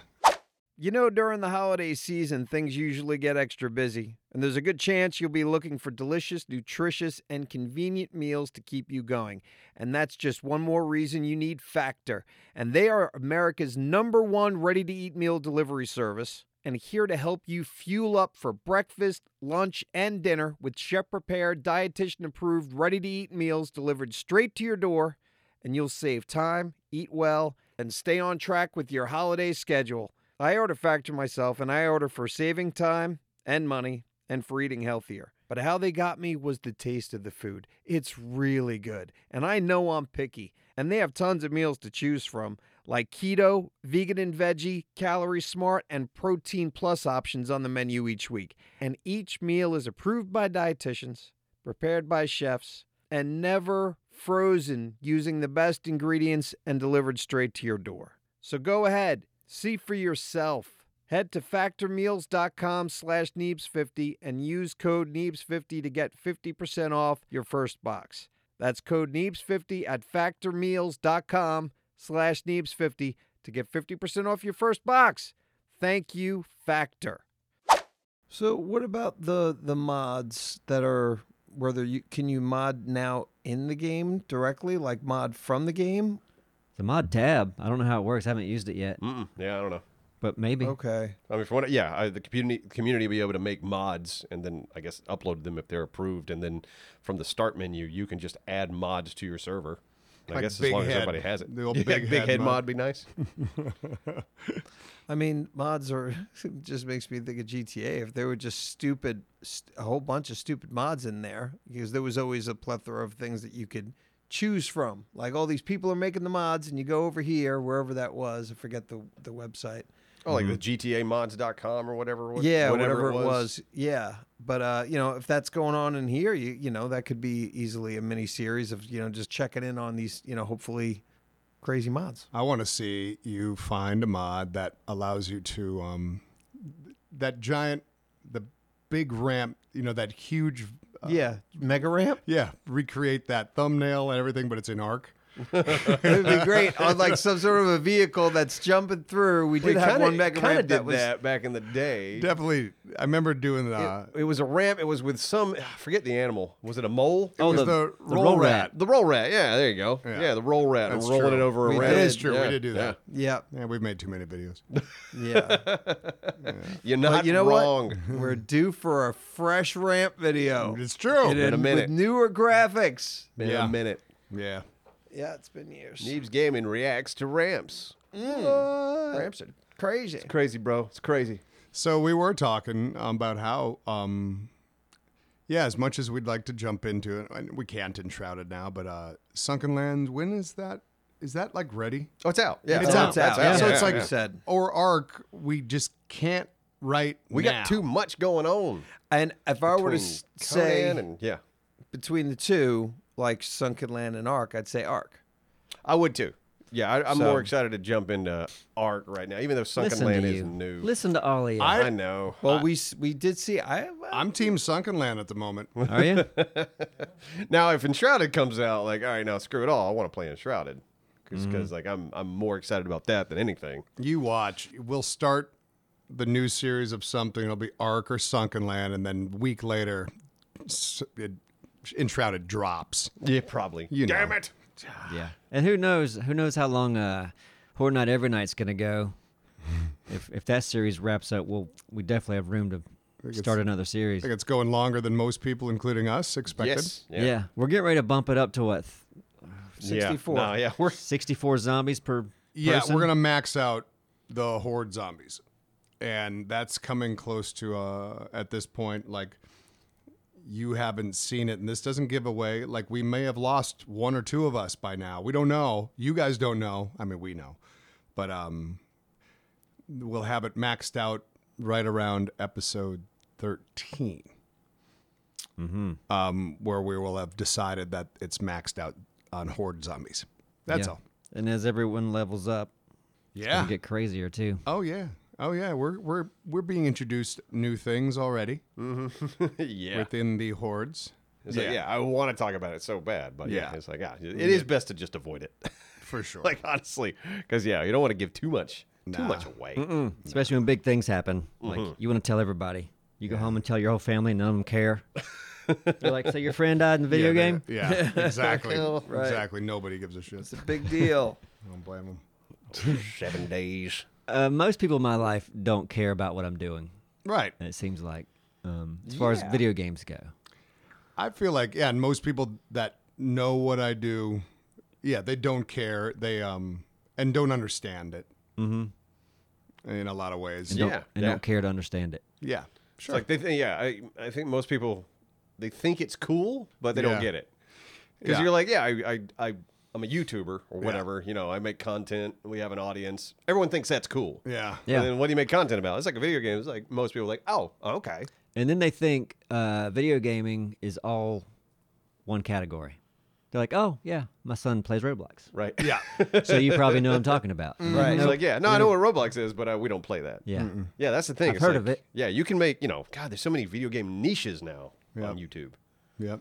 Speaker 4: You know, during the holiday season, things usually get extra busy, and there's a good chance you'll be looking for delicious, nutritious, and convenient meals to keep you going. And that's just one more reason you need Factor. And they are America's number one ready to eat meal delivery service and here to help you fuel up for breakfast, lunch, and dinner with chef prepared, dietitian approved, ready to eat meals delivered straight to your door. And you'll save time, eat well, and stay on track with your holiday schedule. I order Factor myself, and I order for saving time and money and for eating healthier. But how they got me was the taste of the food. It's really good. And I know I'm picky. And they have tons of meals to choose from, like keto, vegan and veggie, calorie smart, and protein plus options on the menu each week. And each meal is approved by dietitians, prepared by chefs, and never frozen using the best ingredients and delivered straight to your door. So go ahead, see for yourself. Head to factormeals.com slash Neebs50 and use code Neebs50 to get 50% off your first box. That's code Neebs50 at factormeals.com slash Neebs50 to get 50% off your first box. Thank you, Factor.
Speaker 5: So what about the the mods that are whether you can you mod now in the game directly, like mod from the game?
Speaker 1: The mod tab. I don't know how it works. I haven't used it
Speaker 2: Mm.
Speaker 1: yet,
Speaker 3: Mm-mm. Yeah, I don't know.
Speaker 1: but maybe.
Speaker 5: Okay.
Speaker 3: I mean, for what? Yeah, I, the community community will be able to make mods and then I guess upload them if they're approved, and then from the start menu you can just add mods to your server. And I
Speaker 2: Like
Speaker 3: guess as
Speaker 2: Big
Speaker 3: long as
Speaker 2: Head.
Speaker 3: everybody has it,
Speaker 2: The old
Speaker 3: Yeah,
Speaker 2: Big Head
Speaker 3: head
Speaker 2: mod.
Speaker 3: mod be nice.
Speaker 5: I mean, mods are it just makes me think of GTA. If there were just stupid, st- a whole bunch of stupid mods in there, because there was always a plethora of things that you could choose from. Like all these people are making the mods, and you go over here, wherever that was. I forget the the website.
Speaker 3: Oh, like
Speaker 2: Mm-hmm.
Speaker 3: the GTAmods.com or whatever. what-
Speaker 5: yeah, whatever, it was. Yeah, but uh, you know, if that's going on in here, you you know that could be easily a mini series of you know just checking in on these you know hopefully crazy mods.
Speaker 2: I want to see you find a mod that allows you to um, th- that giant, the big ramp, you know, that huge. Uh,
Speaker 5: yeah, mega ramp.
Speaker 2: Yeah, recreate that thumbnail and everything, but it's in arc.
Speaker 5: It would be great on like some sort of a vehicle that's jumping through. We
Speaker 3: We
Speaker 5: did have
Speaker 3: kind
Speaker 5: one mega ramp
Speaker 3: of
Speaker 5: that
Speaker 3: did
Speaker 5: was.
Speaker 3: that back in the day.
Speaker 2: Definitely, I remember doing that.
Speaker 3: It was a ramp. It was with some. I forget the animal. Was it a mole?
Speaker 1: Oh,
Speaker 2: was
Speaker 1: the,
Speaker 2: the
Speaker 1: the
Speaker 2: roll
Speaker 1: roll,
Speaker 2: rat.
Speaker 1: rat.
Speaker 3: The roll rat. Yeah, there you go.
Speaker 2: Yeah.
Speaker 3: Yeah, the roll rat.
Speaker 2: That's
Speaker 3: rolling
Speaker 2: true.
Speaker 3: it over
Speaker 2: We did.
Speaker 3: a ramp.
Speaker 2: That is true. We
Speaker 3: Yeah,
Speaker 2: did do that.
Speaker 5: Yeah,
Speaker 2: yeah, we've made too many videos.
Speaker 5: yeah.
Speaker 3: yeah. You're not
Speaker 5: you know what?
Speaker 3: wrong.
Speaker 5: We're due for a fresh ramp video.
Speaker 2: It's true.
Speaker 5: And
Speaker 3: Been a minute.
Speaker 5: With newer graphics.
Speaker 3: Been
Speaker 2: Yeah.
Speaker 3: a minute.
Speaker 2: Yeah.
Speaker 5: Yeah, it's been years.
Speaker 3: Neebs Gaming reacts to ramps.
Speaker 5: Ramps are crazy.
Speaker 3: Crazy, bro. It's crazy.
Speaker 2: So we were talking about how, um, yeah, as much as we'd like to jump into it, and we can't in Shrouded now, but uh, Sunken Lands, when is that? Is that like ready?
Speaker 3: Oh, it's out. Yeah,
Speaker 2: It's
Speaker 5: Oh,
Speaker 2: out.
Speaker 5: it's out.
Speaker 2: Yeah.
Speaker 5: Yeah,
Speaker 2: So it's
Speaker 5: yeah,
Speaker 2: like
Speaker 5: yeah. Said.
Speaker 2: or Arc. We just can't right
Speaker 3: We
Speaker 2: now.
Speaker 3: got too much going on.
Speaker 5: And if I were to
Speaker 3: between
Speaker 5: s- say
Speaker 3: Conan and yeah,
Speaker 5: between the two, like Sunken Land and Ark, I'd say Ark.
Speaker 3: I would too. Yeah, I, I'm
Speaker 5: So-
Speaker 3: more excited to jump into Ark right now, even though Sunken
Speaker 1: Listen
Speaker 3: Land
Speaker 1: to
Speaker 3: is
Speaker 1: you.
Speaker 3: new.
Speaker 1: Listen to Ollie.
Speaker 3: I, know.
Speaker 5: Well, we s- we did see. I
Speaker 2: I'm Team Sunken Land at the moment.
Speaker 1: Are you?
Speaker 3: Now, if Enshrouded comes out, like, all right, now screw it all. I want to play Enshrouded
Speaker 2: Mm-hmm.
Speaker 3: because, like, I'm I'm more excited about that than anything.
Speaker 2: You watch. We'll start the new series of something. It'll be Arc or Sunken Land, and then week later, s- it, Enshrouded drops.
Speaker 3: Yeah, probably.
Speaker 2: You know.
Speaker 3: Damn it!
Speaker 1: yeah. And who knows? Who knows how long uh, Horror Night Every Night's gonna go? if if that series wraps up, we'll we definitely have room to start another series.
Speaker 2: I think it's going longer than most people, including us, expected.
Speaker 3: Yes.
Speaker 1: Yeah. we're getting ready to bump it up to what th-
Speaker 3: Yeah.
Speaker 5: 64.
Speaker 3: Nah, yeah, we're
Speaker 1: sixty-four zombies per.
Speaker 2: Yeah,
Speaker 1: person?
Speaker 2: we're gonna max out the horde zombies, and that's coming close to uh, at this point. Like you haven't seen it, and this doesn't give away. Like we may have lost one or two of us by now. We don't know. You guys don't know. I mean, we know, but um, we'll have it maxed out right around episode thirteen.
Speaker 1: Mm-hmm.
Speaker 2: Um, where we will have decided that it's maxed out on horde zombies. That's
Speaker 1: Yeah.
Speaker 2: all. Ah.
Speaker 1: And as everyone levels up,
Speaker 2: Yeah.
Speaker 1: it'll get crazier too.
Speaker 2: Oh yeah. Oh yeah. We're we're we're being introduced new things already
Speaker 3: yeah.
Speaker 2: within the hordes.
Speaker 3: It's like, yeah, I want to talk about it so bad, but yeah,
Speaker 2: Yeah.
Speaker 3: it's like, ah, it is best to just avoid it.
Speaker 2: For sure.
Speaker 3: like honestly, because yeah, you don't want to give too much Too much weight.
Speaker 1: Especially when big things happen. Like you want to tell everybody. You go home and tell your whole family, none of them care. They're like, so your friend died in the video
Speaker 2: yeah,
Speaker 1: game?
Speaker 2: they- Yeah, exactly.
Speaker 5: Right.
Speaker 2: Exactly. Nobody gives a shit.
Speaker 5: It's a big deal.
Speaker 2: I don't blame them.
Speaker 3: Seven days.
Speaker 1: Uh, most people in my life don't care about what I'm doing.
Speaker 2: Right.
Speaker 1: It seems like, um, as far as video games go.
Speaker 2: I feel like yeah, and most people that know what I do, yeah, they don't care. They um and don't understand it. Mm-hmm. In a lot of ways.
Speaker 1: And don't,
Speaker 3: Yeah,
Speaker 1: and
Speaker 3: yeah.
Speaker 1: don't care to understand it.
Speaker 2: Yeah. Sure.
Speaker 3: It's like they think, yeah, I, I think most people, they think it's cool, but they
Speaker 2: Yeah.
Speaker 3: don't get it. Because
Speaker 2: Yeah.
Speaker 3: you're like, yeah, I, I, I, I'm a YouTuber or whatever. You know, I make content. We have an audience. Everyone thinks that's cool.
Speaker 2: yeah.
Speaker 1: Yeah.
Speaker 3: And then what do you make content about? It's like a video game. It's like most people are like, oh, okay.
Speaker 1: And then they think uh, video gaming is all one category. They're like, oh, yeah, my son plays Roblox.
Speaker 3: Right.
Speaker 2: Yeah.
Speaker 1: So you probably know what I'm talking about.
Speaker 3: Right. It's like, yeah, no, I know what Roblox is, but uh, we don't play that.
Speaker 1: Yeah. Hmm.
Speaker 3: Yeah, that's the thing.
Speaker 1: I've
Speaker 3: It's
Speaker 1: heard
Speaker 3: like-
Speaker 1: of it.
Speaker 3: Yeah, you can make, you know, God, there's so many video game niches now on YouTube.
Speaker 2: Yep.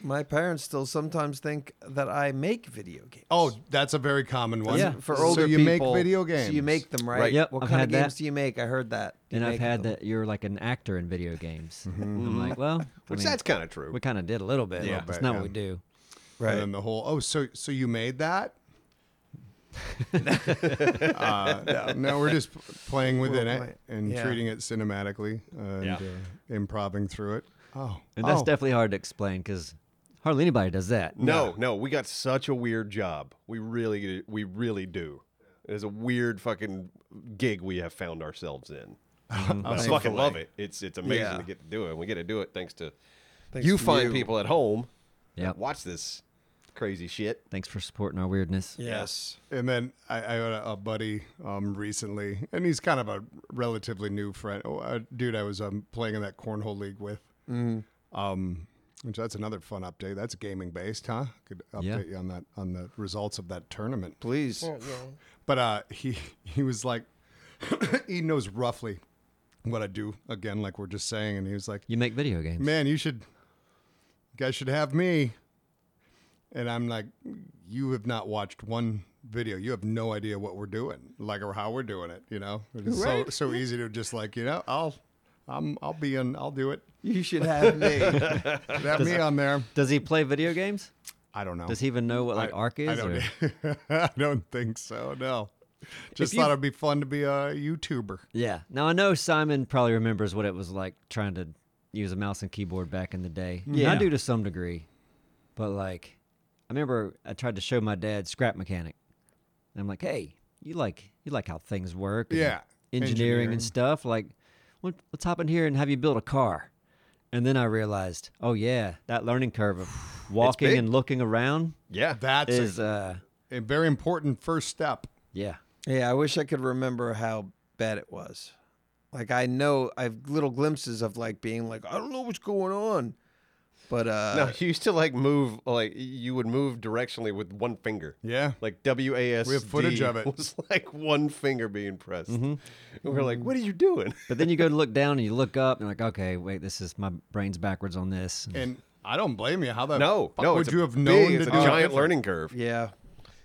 Speaker 5: My parents still sometimes think that I make video games.
Speaker 2: Oh, that's a very common one.
Speaker 1: Yeah.
Speaker 5: for
Speaker 2: so
Speaker 5: older
Speaker 2: you make
Speaker 5: people,
Speaker 2: video
Speaker 5: So you
Speaker 2: games.
Speaker 5: make them, right?
Speaker 3: Right.
Speaker 1: Yep,
Speaker 5: What
Speaker 1: I've
Speaker 5: kind
Speaker 1: had
Speaker 5: of games
Speaker 1: that.
Speaker 5: do you make? I heard that. you
Speaker 1: And I've
Speaker 5: make
Speaker 1: had
Speaker 5: them.
Speaker 1: that you're like an actor in video games. I'm like, well, I
Speaker 3: Which
Speaker 1: mean,
Speaker 3: that's kind of true.
Speaker 1: we kind of did a little bit.
Speaker 3: Yeah.
Speaker 1: but it's
Speaker 2: Little
Speaker 1: not
Speaker 2: bit,
Speaker 1: what we
Speaker 2: yeah.
Speaker 1: do.
Speaker 2: And then the whole oh, so so you made that? uh, no, no, we're just p- playing within
Speaker 5: We're
Speaker 2: it
Speaker 5: play-
Speaker 2: and
Speaker 5: yeah.
Speaker 2: treating it cinematically and
Speaker 3: Yeah.
Speaker 2: uh, improving through it. Oh,
Speaker 1: And that's
Speaker 2: oh.
Speaker 1: definitely hard to explain because hardly anybody does that.
Speaker 3: No, no, we got such a weird job. We really, we really do. It is a weird fucking gig we have found ourselves in. I fucking love it. It's it's amazing
Speaker 5: Yeah.
Speaker 3: to get to do it. And we get to do it thanks to
Speaker 5: Thanks
Speaker 3: you
Speaker 5: to
Speaker 3: fine
Speaker 5: you.
Speaker 3: people at home.
Speaker 1: Yep.
Speaker 3: Watch this crazy shit.
Speaker 1: Thanks for supporting our weirdness.
Speaker 5: Yes.
Speaker 2: And then I, I had a, a buddy um, recently, and he's kind of a relatively new friend, oh, a dude I was um, playing in that cornhole league with. Um, which that's another fun update. That's gaming based, huh? Could update
Speaker 1: Yeah.
Speaker 2: you on that on the results of that tournament.
Speaker 5: Please.
Speaker 2: But uh, he he was like, he knows roughly what I do. Again, like we're just saying, and he was like,
Speaker 1: You make video games.
Speaker 2: man, you should, you guys should have me. And I'm like, you have not watched one video. You have no idea what we're doing, like or how we're doing it. You know, it's so so easy to just like you know, I'll, I'm, I'll be in, I'll do it.
Speaker 5: You should have me.
Speaker 2: Have me on there.
Speaker 1: Does he play video games?
Speaker 2: I don't know.
Speaker 1: Does he even know what like Arc is?
Speaker 2: I don't, I don't think so. No, just
Speaker 1: you-
Speaker 2: thought it'd be fun to be a YouTuber.
Speaker 1: Yeah. Now I know Simon probably remembers what it was like trying to use a mouse and keyboard back in the day. Yeah. I do to some degree. But like I remember I tried to show my dad scrap mechanic. And I'm like, hey, you like you like how things work. and
Speaker 2: Yeah,
Speaker 1: Engineering,
Speaker 2: engineering.
Speaker 1: and stuff. Like, what, let's hop in here and have you build a car. And then I realized, oh yeah, that learning curve of walking
Speaker 3: big.
Speaker 1: and looking around
Speaker 3: Yeah.
Speaker 2: That's a-
Speaker 1: is uh
Speaker 2: a very important first step.
Speaker 1: yeah.
Speaker 5: yeah, I wish I could remember how bad it was. Like I know I've little glimpses of like being like, I don't know what's going on. But uh
Speaker 3: No, you used to like move like you would move directionally with one finger.
Speaker 2: Yeah.
Speaker 3: Like WASD.
Speaker 2: We have footage of it. Mm-hmm.
Speaker 3: Was like one finger being pressed. And we're like, what are you doing?
Speaker 1: But then you go to look down and you look up and you're like, okay, wait, this is my brain's backwards on this.
Speaker 2: And I don't blame you. How the
Speaker 3: No,
Speaker 2: fuck
Speaker 3: no.
Speaker 2: Uh, would
Speaker 3: it's
Speaker 2: you
Speaker 3: a
Speaker 2: have
Speaker 3: big-
Speaker 2: known
Speaker 3: It's
Speaker 2: to
Speaker 3: a
Speaker 2: do it
Speaker 3: giant
Speaker 2: different?
Speaker 3: learning curve.
Speaker 5: yeah.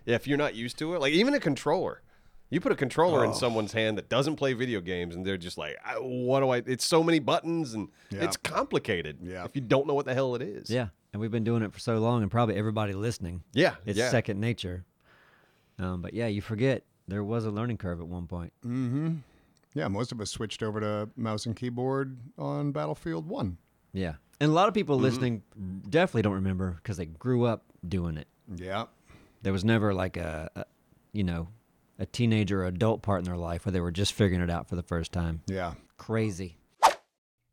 Speaker 3: Yeah, if you're not used to it, like even a controller. You put a controller
Speaker 2: Oh.
Speaker 3: in someone's hand that doesn't play video games, and they're just like, I, "What do I?" It's so many buttons, and
Speaker 2: Yeah.
Speaker 3: it's complicated.
Speaker 2: Yeah.
Speaker 3: if you don't know what the hell it is.
Speaker 1: Yeah, and we've been doing it for so long, and probably everybody listening,
Speaker 3: yeah,
Speaker 1: it's
Speaker 3: yeah.
Speaker 1: second nature. Um, but yeah, you forget there was a learning curve at one point.
Speaker 3: Mm.
Speaker 2: Yeah, most of us switched over to mouse and keyboard on Battlefield One.
Speaker 1: Yeah, and a lot of
Speaker 3: Mm-hmm.
Speaker 1: people listening definitely don't remember because they grew up doing it.
Speaker 2: Yeah.
Speaker 1: There was never like a, a you know, a teenager or adult part in their life where they were just figuring it out for the first time.
Speaker 2: Yeah.
Speaker 1: Crazy.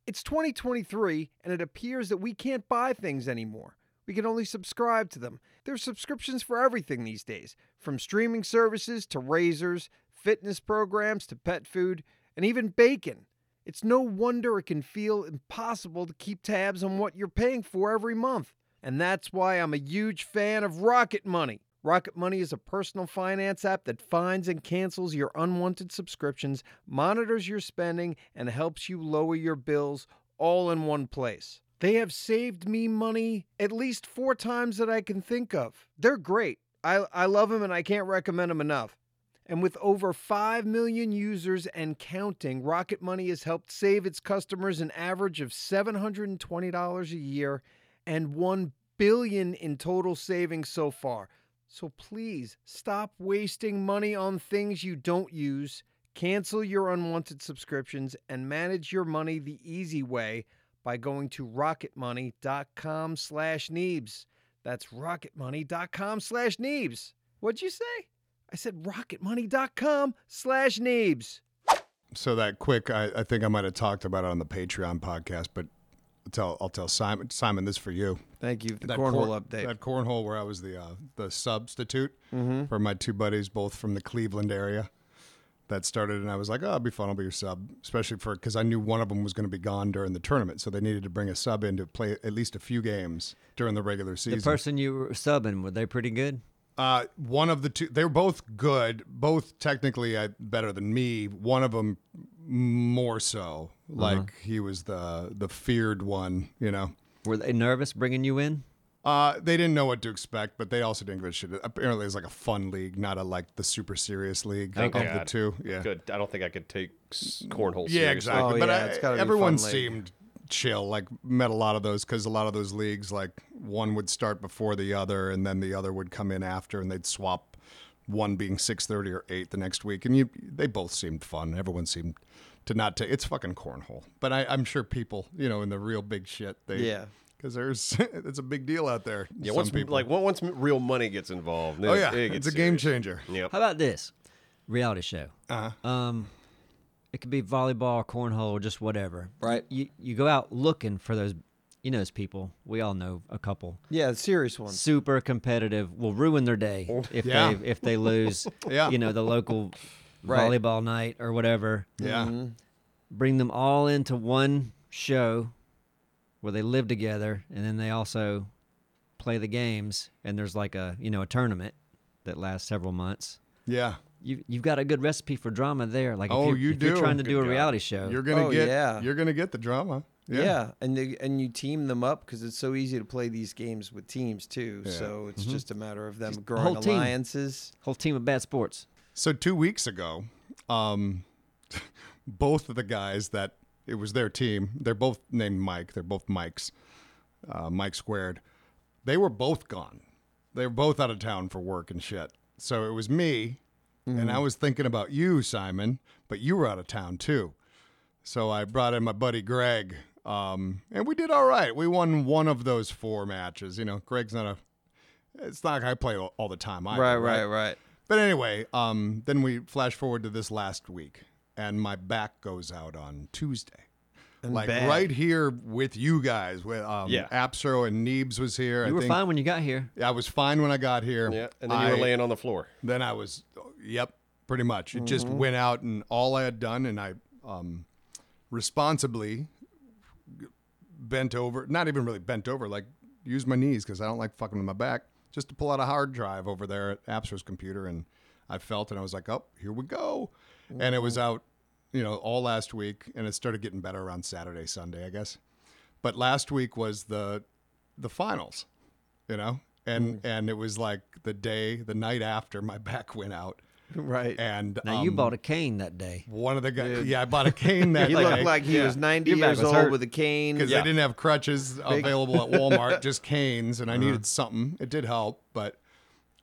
Speaker 4: It's 2023, and it appears that we can't buy things anymore. We can only subscribe to them. There's subscriptions for everything these days, from streaming services to razors, fitness programs to pet food, and even bacon. It's no wonder it can feel impossible to keep tabs on what you're paying for every month. And that's why I'm a huge fan of Rocket Money. Rocket Money is a personal finance app that finds and cancels your unwanted subscriptions, monitors your spending, and helps you lower your bills all in one place. They have saved me money at least four times that I can think of. They're great. I, I love them and I can't recommend them enough. And with over 5 million users and counting, Rocket Money has helped save its customers an average of $720 a year and 1 billion in total savings so far. So please stop wasting money on things you don't use, cancel your unwanted subscriptions and manage your money the easy way by going to rocketmoney.com/neebs. That's rocketmoney.com/neebs. What'd you say? I said rocketmoney.com/neebs.
Speaker 2: So that quick, I, I think I might have talked about it on the Patreon podcast, but I'll tell I'll tell Simon Simon this for you.
Speaker 5: Thank you. for The
Speaker 2: That
Speaker 5: cornhole
Speaker 2: cor-
Speaker 5: update. Mm-hmm.
Speaker 2: That cornhole where I was the uh, the substitute for my two buddies, both from the Cleveland area. That started, and I was like, "Oh, it'll be fun. I'll be your sub," especially for because I knew one of them was going to be gone during the tournament, so they needed to bring a sub in to play at least a few games during the regular
Speaker 1: The
Speaker 2: season.
Speaker 1: person you were subbing, were they pretty good?
Speaker 2: Uh, one of the two, they were both good, both technically uh, better than me. One of them more so,
Speaker 5: Mm-hmm.
Speaker 2: like he was the the feared one, you know.
Speaker 1: Were they nervous bringing you in?
Speaker 2: Uh, they didn't know what to expect, but they also didn't give a shit. Apparently, it's like a fun league, not a like the super serious league
Speaker 3: Thank
Speaker 2: of the
Speaker 3: God.
Speaker 2: two. Yeah,
Speaker 3: Good. I don't think I could take s- cornhole.
Speaker 2: yeah,
Speaker 3: seriously.
Speaker 2: exactly.
Speaker 5: Oh,
Speaker 2: but
Speaker 5: yeah,
Speaker 2: I-
Speaker 5: it's gotta be
Speaker 2: everyone
Speaker 5: fun league.
Speaker 2: seemed chill. Like met a lot of those because a lot of those leagues, like one would start before the other, and then the other would come in after, and they'd swap one being six thirty or eight the next week. And you, they both seemed fun. Everyone seemed to not take. It's fucking cornhole, but I, I'm sure people, you know, in the real big shit, they
Speaker 5: Yeah.
Speaker 2: Because there's, it's a big deal out there.
Speaker 3: Yeah,
Speaker 2: Some
Speaker 3: once
Speaker 2: people.
Speaker 3: like on- once real money gets involved.
Speaker 2: Oh yeah,
Speaker 3: it
Speaker 2: it's
Speaker 3: gets
Speaker 2: a game
Speaker 3: serious.
Speaker 2: changer.
Speaker 1: How about this reality show?
Speaker 2: Uh-huh.
Speaker 1: Um, it could be volleyball, cornhole, just whatever.
Speaker 5: Right.
Speaker 1: You you go out looking for those, you know, those people. We all know a couple.
Speaker 5: yeah, serious one.
Speaker 1: Super competitive will ruin their
Speaker 5: Oh,
Speaker 1: day if
Speaker 2: Yeah.
Speaker 1: they if they lose.
Speaker 2: Yeah.
Speaker 1: You know the local
Speaker 5: Right.
Speaker 1: volleyball night or whatever.
Speaker 2: Yeah,
Speaker 1: Bring them all into one show where they live together, and then they also play the games. And there's like a you know a tournament that lasts several months.
Speaker 2: yeah.
Speaker 1: you you've got a good recipe for drama there. Like if
Speaker 2: Oh,
Speaker 1: you're,
Speaker 2: you
Speaker 1: if you're
Speaker 2: do.
Speaker 1: trying to do a
Speaker 2: Good God.
Speaker 1: reality show,
Speaker 2: You're gonna
Speaker 5: Oh,
Speaker 2: get.
Speaker 5: yeah.
Speaker 2: You're gonna get the drama.
Speaker 5: Yeah. and they, and you team them up because it's so easy to play these games with teams too. So it's just a matter of them growing
Speaker 1: whole team.
Speaker 5: alliances.
Speaker 1: whole team of bad sports.
Speaker 2: So two weeks ago, um, both of the guys that it was their team. They're both named Mike. They're both Mikes. Uh, Mike squared. They were both gone. They were both out of town for work and shit. So it was me, and I
Speaker 5: Mm-hmm.
Speaker 2: was thinking about you, Simon. But you were out of town too. So I brought in my buddy Greg, um, and we did all right. We won one of those four matches. You know, Greg's not a. It's not like I play all all the time. Either,
Speaker 5: right.
Speaker 2: but anyway, um, then we flash forward to this last week, and my back goes out on Tuesday. like
Speaker 5: bad.
Speaker 2: right here with you guys, with um,
Speaker 3: Yeah.
Speaker 2: Apsro and Neebs was here.
Speaker 1: You
Speaker 2: I
Speaker 1: were
Speaker 2: think
Speaker 1: fine when you got here.
Speaker 2: I was fine when I got here.
Speaker 3: Yeah, and then you
Speaker 2: I-
Speaker 3: were laying on the floor.
Speaker 2: then I was, yep, pretty much. It just went out, and all I had done, and I um, responsibly bent over, not even really bent over, like used my knees because I don't like fucking with my back, just to pull out a hard drive over there at Apsra's computer. And I felt, and I was like, oh, here we go. And it was out, you know, all last week, and it started getting better around Saturday, Sunday, I guess. But last week was the the finals you know and
Speaker 1: Mm.
Speaker 2: and it was like the day the night after my back went out
Speaker 5: Right.
Speaker 2: and um,
Speaker 1: Now you bought a cane that day.
Speaker 2: one of the guys yeah i bought a cane that
Speaker 5: he
Speaker 2: day
Speaker 5: looked like he was 90
Speaker 1: Your back
Speaker 5: years
Speaker 1: was
Speaker 5: old
Speaker 1: hurt.
Speaker 5: with a cane.
Speaker 2: because
Speaker 3: Yeah.
Speaker 2: they didn't have crutches available at walmart just canes and i needed something it did help but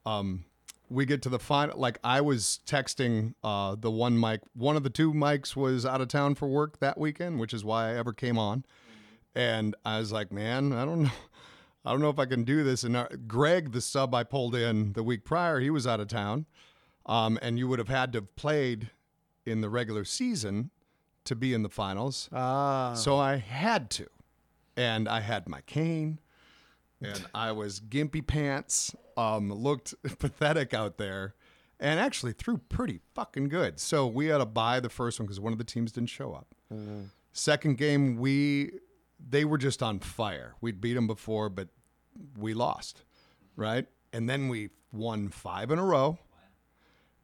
Speaker 2: um we get to the final like i was texting uh the one mic one of the two mics was out of town for work that weekend which is why i ever came on and I was like, man, I don't know. I don't know if I can do this. And uh, Greg, the sub I pulled in the week prior, he was out of town. Um, and you would have had to have played in the regular season to be in the finals.
Speaker 5: Ah.
Speaker 2: So I had to. And I had my cane and I was gimpy pants, um, looked pathetic out there, and actually threw pretty fucking good. So we had to buy the first one because one of the teams didn't show up.
Speaker 1: Mm-hmm.
Speaker 2: Second game, we they were just on fire. We'd beat them before, but we lost, right? And then we won five in a row,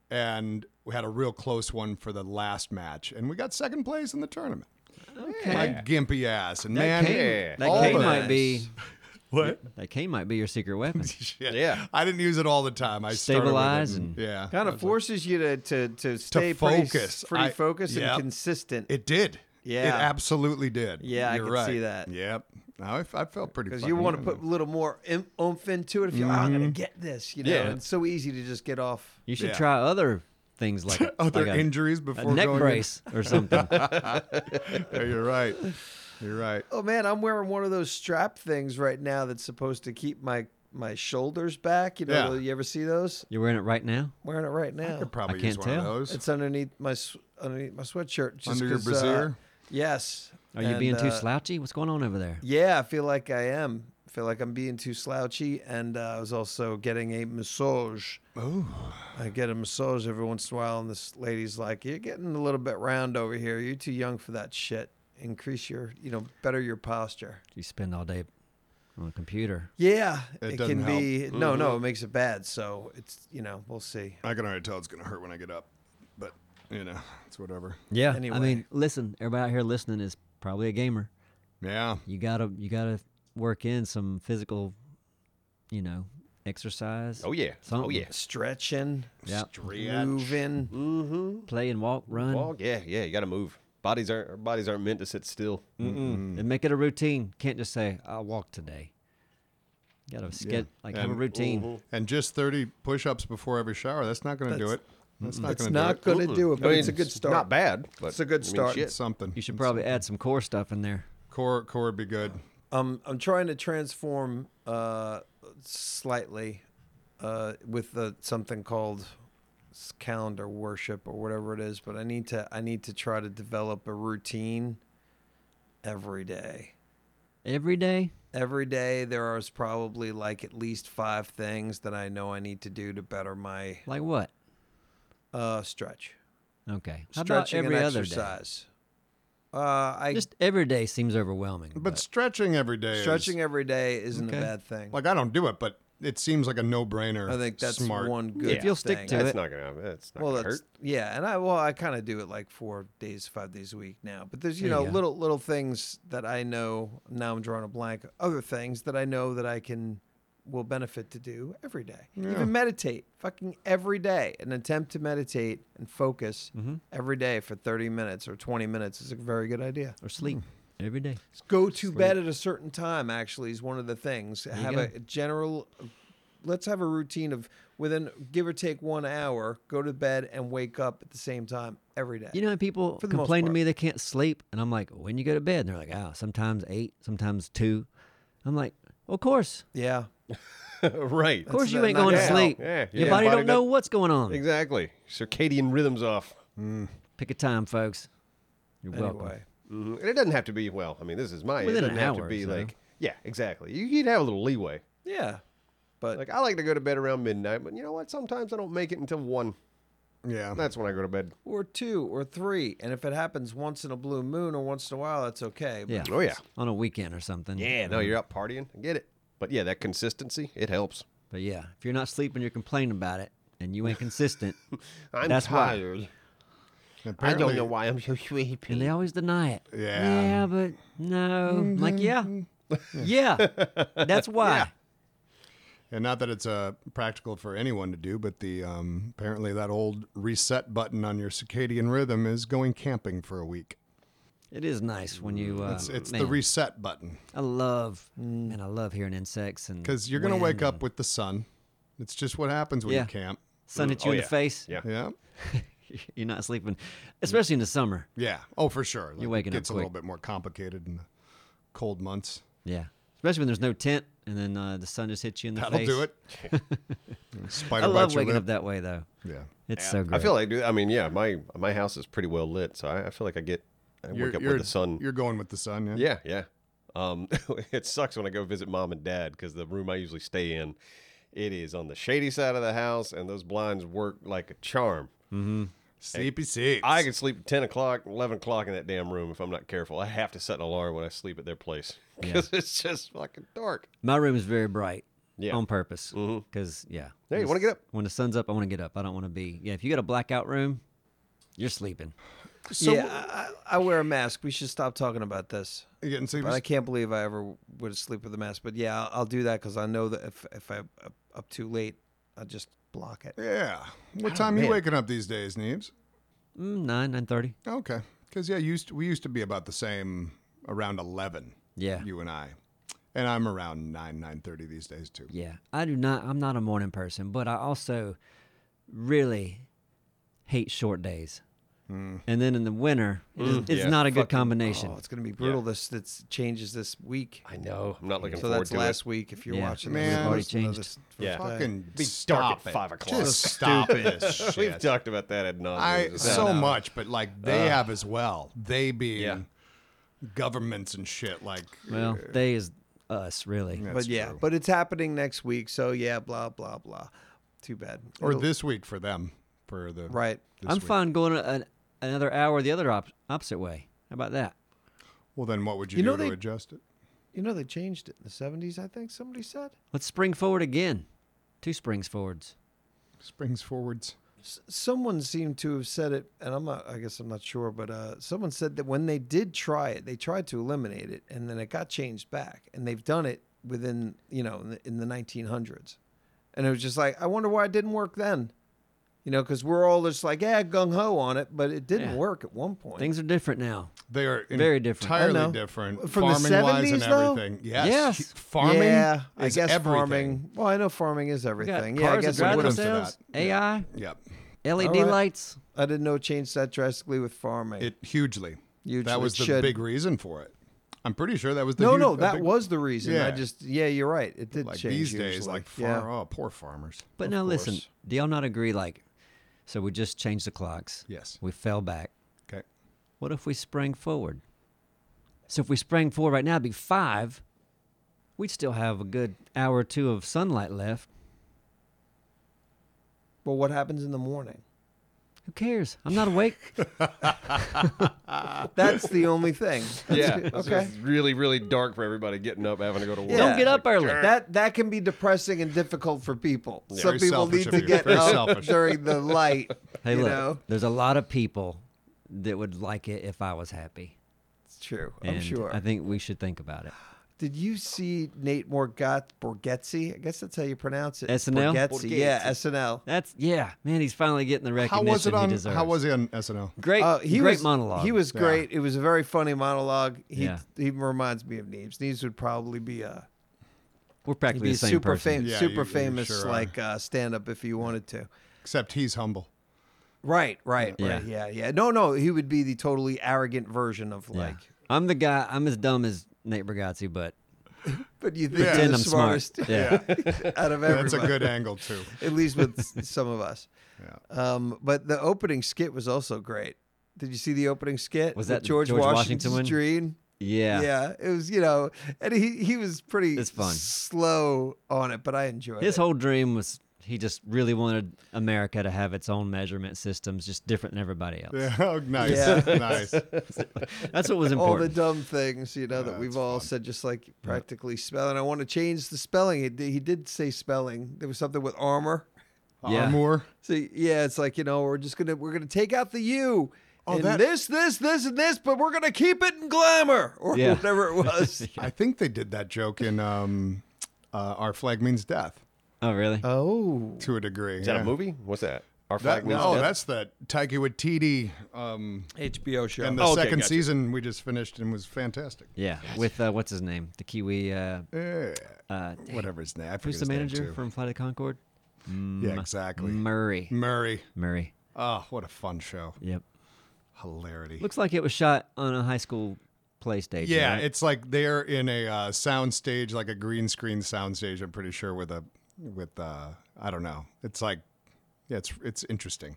Speaker 2: and we had a real close one for the last match, and we got second place in the tournament.
Speaker 1: Okay.
Speaker 2: My gimpy ass, and
Speaker 1: that
Speaker 2: man,
Speaker 1: cane, that
Speaker 2: all
Speaker 1: cane
Speaker 2: the-
Speaker 1: might be
Speaker 2: What?
Speaker 1: That cane might be your secret weapon.
Speaker 2: Shit.
Speaker 3: Yeah.
Speaker 2: I didn't use it all the time. I started with it
Speaker 1: Stabilize and-
Speaker 2: yeah,
Speaker 5: Kind
Speaker 2: I
Speaker 5: of
Speaker 2: was like-
Speaker 5: forces you to to, to stay pretty,
Speaker 2: focus.
Speaker 5: s- pretty
Speaker 2: I-
Speaker 5: focused
Speaker 2: yeah.
Speaker 5: and consistent.
Speaker 2: It did.
Speaker 5: Yeah.
Speaker 2: It absolutely did.
Speaker 5: Yeah, I
Speaker 2: You're
Speaker 5: could
Speaker 2: right.
Speaker 5: see that.
Speaker 2: Yep. No, I, f- I felt pretty.
Speaker 5: because you want to put a little more im- oomph into it. If you're, "Oh, I'm gonna get this, you know,
Speaker 3: Yeah.
Speaker 5: it's so easy to just get off.
Speaker 1: You should
Speaker 2: Yeah.
Speaker 1: try other things like a-
Speaker 2: other
Speaker 1: like a-
Speaker 2: injuries
Speaker 1: a
Speaker 2: before
Speaker 1: neck
Speaker 2: going in.
Speaker 1: brace or something.
Speaker 2: Yeah, you're right. You're right.
Speaker 5: Oh man, I'm wearing one of those strap things right now that's supposed to keep my my shoulders back. You know,
Speaker 2: Yeah.
Speaker 5: you ever see those?
Speaker 1: You're wearing it right now.
Speaker 5: wearing it right now.
Speaker 2: Could probably use
Speaker 1: can't
Speaker 2: one of
Speaker 1: tell.
Speaker 2: those.
Speaker 5: It's underneath my s- underneath my sweatshirt. just
Speaker 2: Under your
Speaker 5: 'cause, uh,
Speaker 2: brassiere?
Speaker 5: yes.
Speaker 1: Are you
Speaker 5: And,
Speaker 1: being too
Speaker 5: uh,
Speaker 1: slouchy? What's going on over there?
Speaker 5: Yeah, I feel like I am. I feel like I'm being too slouchy, and uh, I was also getting a massage.
Speaker 2: Ooh.
Speaker 5: I get a massage every once in a while, and this lady's like, "You're getting a little bit round over here. You're too young for that shit. Increase your, you know, better your posture."
Speaker 1: You spend all day on a computer.
Speaker 5: Yeah,
Speaker 2: It
Speaker 5: it,
Speaker 2: doesn't
Speaker 5: can be. No, no, it makes it bad. So it's, you know, we'll see.
Speaker 2: I can already tell it's gonna hurt when I get up, but you know, it's whatever.
Speaker 1: Yeah.
Speaker 5: Anyway.
Speaker 1: I mean, listen, everybody out here listening is probably a gamer.
Speaker 2: Yeah.
Speaker 1: You gotta you gotta work in some physical, you know, exercise.
Speaker 3: Oh yeah. Oh
Speaker 1: Something.
Speaker 3: yeah.
Speaker 5: Stretching, Mm-hmm.
Speaker 1: Yeah.
Speaker 5: moving.
Speaker 3: Mm-hmm.
Speaker 2: Mm-hmm.
Speaker 1: Play and walk, run,
Speaker 3: Well, yeah, yeah. You got to move. Bodies aren't our bodies aren't meant to sit still.
Speaker 1: and make it a routine. Can't just say I walk today. You gotta skip like have a
Speaker 2: And-
Speaker 1: routine.
Speaker 2: And just 30 push-ups before every shower. That's not gonna do it. That's not
Speaker 5: It's
Speaker 2: gonna do
Speaker 5: not
Speaker 2: it.
Speaker 5: going to do it, but
Speaker 3: I mean,
Speaker 5: it's a good start.
Speaker 3: Not bad. But
Speaker 5: It's a good
Speaker 3: I mean,
Speaker 5: start.
Speaker 3: shit.
Speaker 2: It's something.
Speaker 1: You should
Speaker 2: It's
Speaker 1: probably add some core stuff in there.
Speaker 2: core core would be good.
Speaker 5: Um, I'm trying to transform uh, slightly uh, with the, something called s- calendar worship or whatever it is, but I need to I need to try to develop a routine every day.
Speaker 1: Every day,
Speaker 5: Every day there is probably like at least five things that I know I need to do to better my
Speaker 1: like what?
Speaker 5: uh, stretch,
Speaker 1: Okay. How about
Speaker 5: stretching
Speaker 1: every
Speaker 5: and
Speaker 1: other day?
Speaker 5: exercise. Uh, I
Speaker 1: Just every day seems overwhelming.
Speaker 2: But, stretching every day. is-
Speaker 5: stretching every day isn't
Speaker 1: Okay.
Speaker 5: a bad thing.
Speaker 2: like I don't do it, but it seems like a no-brainer.
Speaker 5: I think that's
Speaker 2: smart.
Speaker 5: one good.
Speaker 1: If you'll stick
Speaker 5: thing.
Speaker 1: to
Speaker 3: That's
Speaker 1: it.
Speaker 3: not gonna. That's not
Speaker 5: well,
Speaker 3: gonna
Speaker 5: that's
Speaker 3: hurt.
Speaker 5: yeah, and I well, I kind of do it like four days, five days a week now. But there's you
Speaker 1: There you
Speaker 5: know
Speaker 1: go.
Speaker 5: little little things that I know now. I'm drawing a blank. Other things that I know that I can will benefit to do every day. Even meditate, fucking every day. An attempt to meditate and focus
Speaker 1: Mm-hmm.
Speaker 5: every day for 30 minutes or 20 minutes is a very good idea.
Speaker 1: or sleep
Speaker 5: Hmm.
Speaker 1: every day.
Speaker 5: Go to bed at a certain time. Actually, is one of the things. have
Speaker 1: go.
Speaker 5: a general. Let's have a routine of within give or take one hour. Go to bed and wake up at the same time every day.
Speaker 1: You know, people
Speaker 5: For the most
Speaker 1: complain to
Speaker 5: part.
Speaker 1: me they can't sleep, and I'm like, when you go to bed, and they're like, ah, sometimes eight, sometimes two. I'm like, well, of course,
Speaker 5: yeah,
Speaker 3: right.
Speaker 1: of course, you
Speaker 5: not-
Speaker 1: ain't
Speaker 5: not
Speaker 1: going to
Speaker 5: gonna
Speaker 1: sleep.
Speaker 3: help. Yeah,
Speaker 1: Your
Speaker 3: yeah.
Speaker 1: body
Speaker 3: Body
Speaker 1: don't know
Speaker 3: don't-
Speaker 1: what's going on.
Speaker 3: Exactly. Circadian rhythms off.
Speaker 1: Pick a time, folks. You're welcome.
Speaker 5: anyway.
Speaker 3: Mhm. And it doesn't have to be. Well, I mean, this is my.
Speaker 1: Within
Speaker 3: it
Speaker 1: an
Speaker 3: doesn't have
Speaker 1: hour or
Speaker 3: to be
Speaker 1: so.
Speaker 3: like. Yeah, exactly. You, you'd have a little leeway.
Speaker 5: Yeah, but
Speaker 3: Like I like to go to bed around midnight, but you know what? Sometimes I don't make it until one.
Speaker 2: Yeah.
Speaker 3: That's when I go to bed.
Speaker 5: or two or three, and if it happens once in a blue moon or once in a while, that's okay. but
Speaker 1: Yeah.
Speaker 3: Oh, yeah.
Speaker 1: On a weekend or something.
Speaker 3: Yeah, no, you're out partying. I get it. But yeah, that consistency, it helps.
Speaker 1: But yeah, if you're not sleeping, you're complaining about it, and you ain't consistent,
Speaker 3: I'm
Speaker 1: That's why.
Speaker 3: tired. I
Speaker 2: Apparently-
Speaker 3: don't know why I'm so sleepy.
Speaker 1: and they always deny it.
Speaker 2: Yeah. Mm-hmm.
Speaker 1: Yeah, but no. I'm like, yeah. Yeah. That's why.
Speaker 2: And not that it's uh, practical for anyone to do, but the um, apparently that old reset button on your circadian rhythm is going camping for a week.
Speaker 1: It is nice when you. Uh,
Speaker 2: It's, it's the
Speaker 1: man,
Speaker 2: reset button
Speaker 1: I love and I love hearing insects and
Speaker 2: because you're going to wake
Speaker 1: wind
Speaker 2: up
Speaker 1: and
Speaker 2: with the sun. It's just what happens when
Speaker 1: Yeah.
Speaker 2: you camp.
Speaker 1: sun hits you
Speaker 3: Oh,
Speaker 1: in
Speaker 3: yeah.
Speaker 1: the face.
Speaker 3: Yeah.
Speaker 2: Yeah,
Speaker 1: You're not sleeping, especially in the summer.
Speaker 2: yeah. Oh, for sure. Like,
Speaker 1: waking
Speaker 2: it
Speaker 1: up
Speaker 2: gets a little
Speaker 1: quick.
Speaker 2: bit more complicated in the cold months.
Speaker 1: Yeah, especially when there's no tent and then uh, the sun just hits you in the
Speaker 2: That'll
Speaker 1: face.
Speaker 2: do it.
Speaker 1: I
Speaker 2: Spider
Speaker 1: love
Speaker 2: bites your
Speaker 1: waking up
Speaker 2: lip.
Speaker 1: that way though.
Speaker 2: Yeah,
Speaker 1: It's so great.
Speaker 3: I feel like, I mean, yeah, my my house is pretty well lit, so I, I feel like I get, I wake up with the sun.
Speaker 2: You're going with the sun. Yeah.
Speaker 3: Yeah, yeah. Um, it sucks when I go visit mom and dad because the room I usually stay in, it is on the shady side of the house, and those blinds work like a charm.
Speaker 2: Sleepy six.
Speaker 3: I can sleep at 10 o'clock, 11 o'clock in that damn room if I'm not careful. I have to set an alarm when I sleep at their place because it's just fucking dark.
Speaker 1: My room is very bright.
Speaker 3: Yeah.
Speaker 1: On purpose. Because yeah.
Speaker 3: Hey, you wanna get up?
Speaker 1: When the sun's up, I want to get up. I don't want to be. Yeah. If you got a blackout room, you're sleeping.
Speaker 2: So
Speaker 5: yeah, I, I I wear a mask. We should stop talking about this.
Speaker 2: again, so he
Speaker 5: But
Speaker 2: was-
Speaker 5: I can't believe I ever would sleep with a mask. But yeah, I'll, I'll do that because I know that if if I'm up- up too late, I just block it.
Speaker 2: yeah. What time you
Speaker 1: man.
Speaker 2: waking up these days, Neves?
Speaker 1: Mm, nine nine thirty.
Speaker 2: Okay, because yeah, used we used to be about the same around eleven.
Speaker 1: Yeah.
Speaker 2: you and I, and I'm around nine nine thirty these days too.
Speaker 1: Yeah, I do not. I'm not a morning person, but I also really hate short days. And then in the winter, it is- it's,
Speaker 3: Mm. yeah.
Speaker 1: not a good
Speaker 5: Oh,
Speaker 1: combination.
Speaker 5: it's gonna be brutal. This this changes this week.
Speaker 3: I know. I'm not looking
Speaker 5: So
Speaker 3: forward
Speaker 5: that's
Speaker 3: to
Speaker 5: last
Speaker 3: it.
Speaker 5: week. If you're
Speaker 1: Yeah.
Speaker 5: watching,
Speaker 2: Man,
Speaker 5: this,
Speaker 2: we've already
Speaker 5: listen to
Speaker 1: changed.
Speaker 5: this
Speaker 3: Yeah.
Speaker 5: first day.
Speaker 2: Fucking
Speaker 3: Be dark
Speaker 2: stop
Speaker 3: at
Speaker 2: it.
Speaker 3: five o'clock.
Speaker 2: Just stop this
Speaker 3: We've
Speaker 2: shit.
Speaker 3: talked about that at nauseam.
Speaker 2: I
Speaker 3: Is that-
Speaker 2: so much, but like they have as well. They being
Speaker 3: Yeah.
Speaker 2: governments and shit. Like
Speaker 1: Well, they is us really.
Speaker 5: But yeah, but it's happening next week. So yeah, blah blah blah. Too bad.
Speaker 2: or
Speaker 5: It'll-
Speaker 2: this week for them for the
Speaker 5: right.
Speaker 2: this
Speaker 1: I'm
Speaker 2: week.
Speaker 1: fine going a- an, another hour the other op- opposite way. How about that?
Speaker 2: Well, then what would you,
Speaker 5: You
Speaker 2: do
Speaker 5: know
Speaker 2: to
Speaker 5: they-
Speaker 2: adjust it?
Speaker 5: You know they changed it in the '70s. I think somebody said.
Speaker 1: Let's spring forward again. Two springs forwards.
Speaker 2: Springs forwards.
Speaker 5: S- someone seemed to have said it, and I'm not. I guess I'm not sure, but uh, someone said that when they did try it, they tried to eliminate it, and then it got changed back, and they've done it within you know in the, in the 1900s, and it was just like I wonder why it didn't work then, you know, because we're all just like yeah gung ho on it, but it didn't
Speaker 1: Yeah.
Speaker 5: work at one point.
Speaker 1: Things are different now.
Speaker 2: They are
Speaker 1: Very different. I
Speaker 2: entirely
Speaker 5: know.
Speaker 2: different
Speaker 5: From the
Speaker 2: farming wise and
Speaker 5: 70s though?
Speaker 2: everything. Yes,
Speaker 1: Yes.
Speaker 2: hu- farming.
Speaker 5: yeah, I
Speaker 2: is
Speaker 5: guess
Speaker 2: everything.
Speaker 5: farming. Well, I know farming is
Speaker 1: We got
Speaker 5: everything.
Speaker 1: cars
Speaker 5: Yeah, I
Speaker 1: that
Speaker 5: guess it
Speaker 1: drive
Speaker 5: would have.
Speaker 2: for
Speaker 1: themselves.
Speaker 2: that.
Speaker 1: AI,
Speaker 2: Yep,
Speaker 1: LED
Speaker 5: All right.
Speaker 1: E lights.
Speaker 5: I didn't know it changed that drastically with farming.
Speaker 2: it hugely.
Speaker 5: Hugely.
Speaker 2: That was
Speaker 5: It
Speaker 2: the
Speaker 5: should.
Speaker 2: big reason for it. I'm pretty sure that was the
Speaker 5: no,
Speaker 2: huge-
Speaker 5: no,
Speaker 2: a
Speaker 5: that
Speaker 2: big-
Speaker 5: was the reason. I
Speaker 2: Yeah.
Speaker 5: just yeah, you're right. It did
Speaker 2: like
Speaker 5: change
Speaker 2: these
Speaker 5: usually.
Speaker 2: days, like
Speaker 5: yeah.
Speaker 2: far, oh, poor farmers.
Speaker 1: But now listen, do y'all not agree? Like, so we just changed the clocks.
Speaker 2: Yes.
Speaker 1: We fell back.
Speaker 2: Okay.
Speaker 1: What if we sprang forward? So if we sprang forward right now, it'd be five. We'd still have a good hour or two of sunlight left.
Speaker 5: Well, what happens in the morning?
Speaker 1: Who cares? I'm not awake.
Speaker 5: That's the only thing.
Speaker 3: Yeah.
Speaker 5: That's-
Speaker 3: okay.
Speaker 5: okay.
Speaker 3: It's really, really dark for everybody getting up, having to go to work.
Speaker 5: Yeah.
Speaker 1: Don't get up early.
Speaker 5: That that can be depressing and difficult for people. Some
Speaker 2: Very
Speaker 5: people
Speaker 2: selfish
Speaker 5: need
Speaker 2: of
Speaker 5: to
Speaker 2: you.
Speaker 5: get
Speaker 2: Very
Speaker 5: up
Speaker 2: selfish.
Speaker 5: during the light.
Speaker 1: hey,
Speaker 5: you
Speaker 1: look,
Speaker 5: know,
Speaker 1: there's a lot of people that would like it if I was happy.
Speaker 5: it's true. I'm
Speaker 1: And
Speaker 5: sure.
Speaker 1: I think we should think about it.
Speaker 5: Did you see Nate Morgat Borgetzi? I guess that's how you pronounce it.
Speaker 1: SNL?
Speaker 5: Borgetzi. Yeah, SNL.
Speaker 1: That's yeah, man. He's finally getting the
Speaker 2: How
Speaker 1: recognition
Speaker 2: was it
Speaker 1: he
Speaker 2: on?
Speaker 1: deserves.
Speaker 2: How was he on SNL?
Speaker 1: great?
Speaker 5: Uh, he
Speaker 1: great
Speaker 5: was,
Speaker 1: monologue.
Speaker 5: He was great. It was a very funny monologue. He
Speaker 1: Yeah.
Speaker 5: he reminds me of Neves. Neves would probably be a
Speaker 1: We're
Speaker 5: he'd
Speaker 1: practically
Speaker 5: be
Speaker 1: the same
Speaker 5: super
Speaker 1: person.
Speaker 5: famous,
Speaker 2: Yeah, you-
Speaker 5: super
Speaker 2: you
Speaker 5: famous
Speaker 2: sure are.
Speaker 5: like uh, stand up if he wanted to.
Speaker 2: Except he's humble.
Speaker 5: Right, right,
Speaker 1: Yeah.
Speaker 5: right. Yeah, yeah. No, no, he would be the totally arrogant version of
Speaker 1: Yeah.
Speaker 5: like.
Speaker 1: I'm the guy. I'm as dumb as Nate Bargatze, but
Speaker 5: But you think
Speaker 1: pretend
Speaker 5: you're the
Speaker 1: I'm
Speaker 5: smartest
Speaker 1: smart. Yeah.
Speaker 5: out of everybody.
Speaker 2: That's a good angle too.
Speaker 5: At least with s- some of us.
Speaker 2: Yeah.
Speaker 5: Um, but the opening skit was also great. Did you see the opening skit?
Speaker 1: Was
Speaker 5: with
Speaker 1: that the
Speaker 5: George,
Speaker 1: George Washington
Speaker 5: Washington's
Speaker 1: one?
Speaker 5: dream?
Speaker 1: yeah.
Speaker 5: Yeah, it was you know, and he he was pretty
Speaker 1: It's fun.
Speaker 5: slow on it, but I enjoyed
Speaker 1: His
Speaker 5: it.
Speaker 1: whole dream was he just really wanted America to have its own measurement systems, just different than everybody else.
Speaker 2: Yeah, oh, nice,
Speaker 5: Yeah.
Speaker 2: nice.
Speaker 1: That's what was
Speaker 5: all the
Speaker 1: important.
Speaker 5: dumb things you know that we've all said, just like practically spelling. I want to change the spelling. He did, he did say spelling. There was something with armor.
Speaker 1: Yeah.
Speaker 2: Armour.
Speaker 5: So yeah, it's like you know we're just gonna we're gonna take out the U.
Speaker 2: Oh,
Speaker 5: and
Speaker 2: that-
Speaker 5: this, this, this, and this, but we're gonna keep it in glamour or
Speaker 1: Yeah.
Speaker 5: whatever it was.
Speaker 2: I think they did that joke in um, uh, "Our Flag Means Death"
Speaker 1: oh, really?
Speaker 5: oh,
Speaker 2: to a degree.
Speaker 3: Is that
Speaker 2: yeah.
Speaker 3: a movie? What's that? Our
Speaker 2: That,
Speaker 3: flag means
Speaker 2: no,
Speaker 3: death?
Speaker 2: that's the Taiki Waititi, um,
Speaker 5: HBO show.
Speaker 2: and the
Speaker 3: Oh, okay,
Speaker 2: second
Speaker 3: gotcha.
Speaker 2: season we just finished and was fantastic.
Speaker 1: yeah. With uh, what's his name? The Kiwi. Uh,
Speaker 2: Yeah.
Speaker 1: uh,
Speaker 2: Whatever his name. I forget
Speaker 1: who's the
Speaker 2: his name,
Speaker 1: manager
Speaker 2: too.
Speaker 1: from Flight of Concord?
Speaker 2: Yeah, exactly.
Speaker 1: Murray.
Speaker 2: Murray.
Speaker 1: Murray.
Speaker 2: Oh, what a fun show.
Speaker 1: Yep.
Speaker 2: Hilarity.
Speaker 1: Looks like it was shot on a high school play stage.
Speaker 2: yeah,
Speaker 1: right?
Speaker 2: it's like they're in a uh, sound stage, like a green screen sound stage, I'm pretty sure with a with uh I don't know. It's like yeah, it's it's interesting.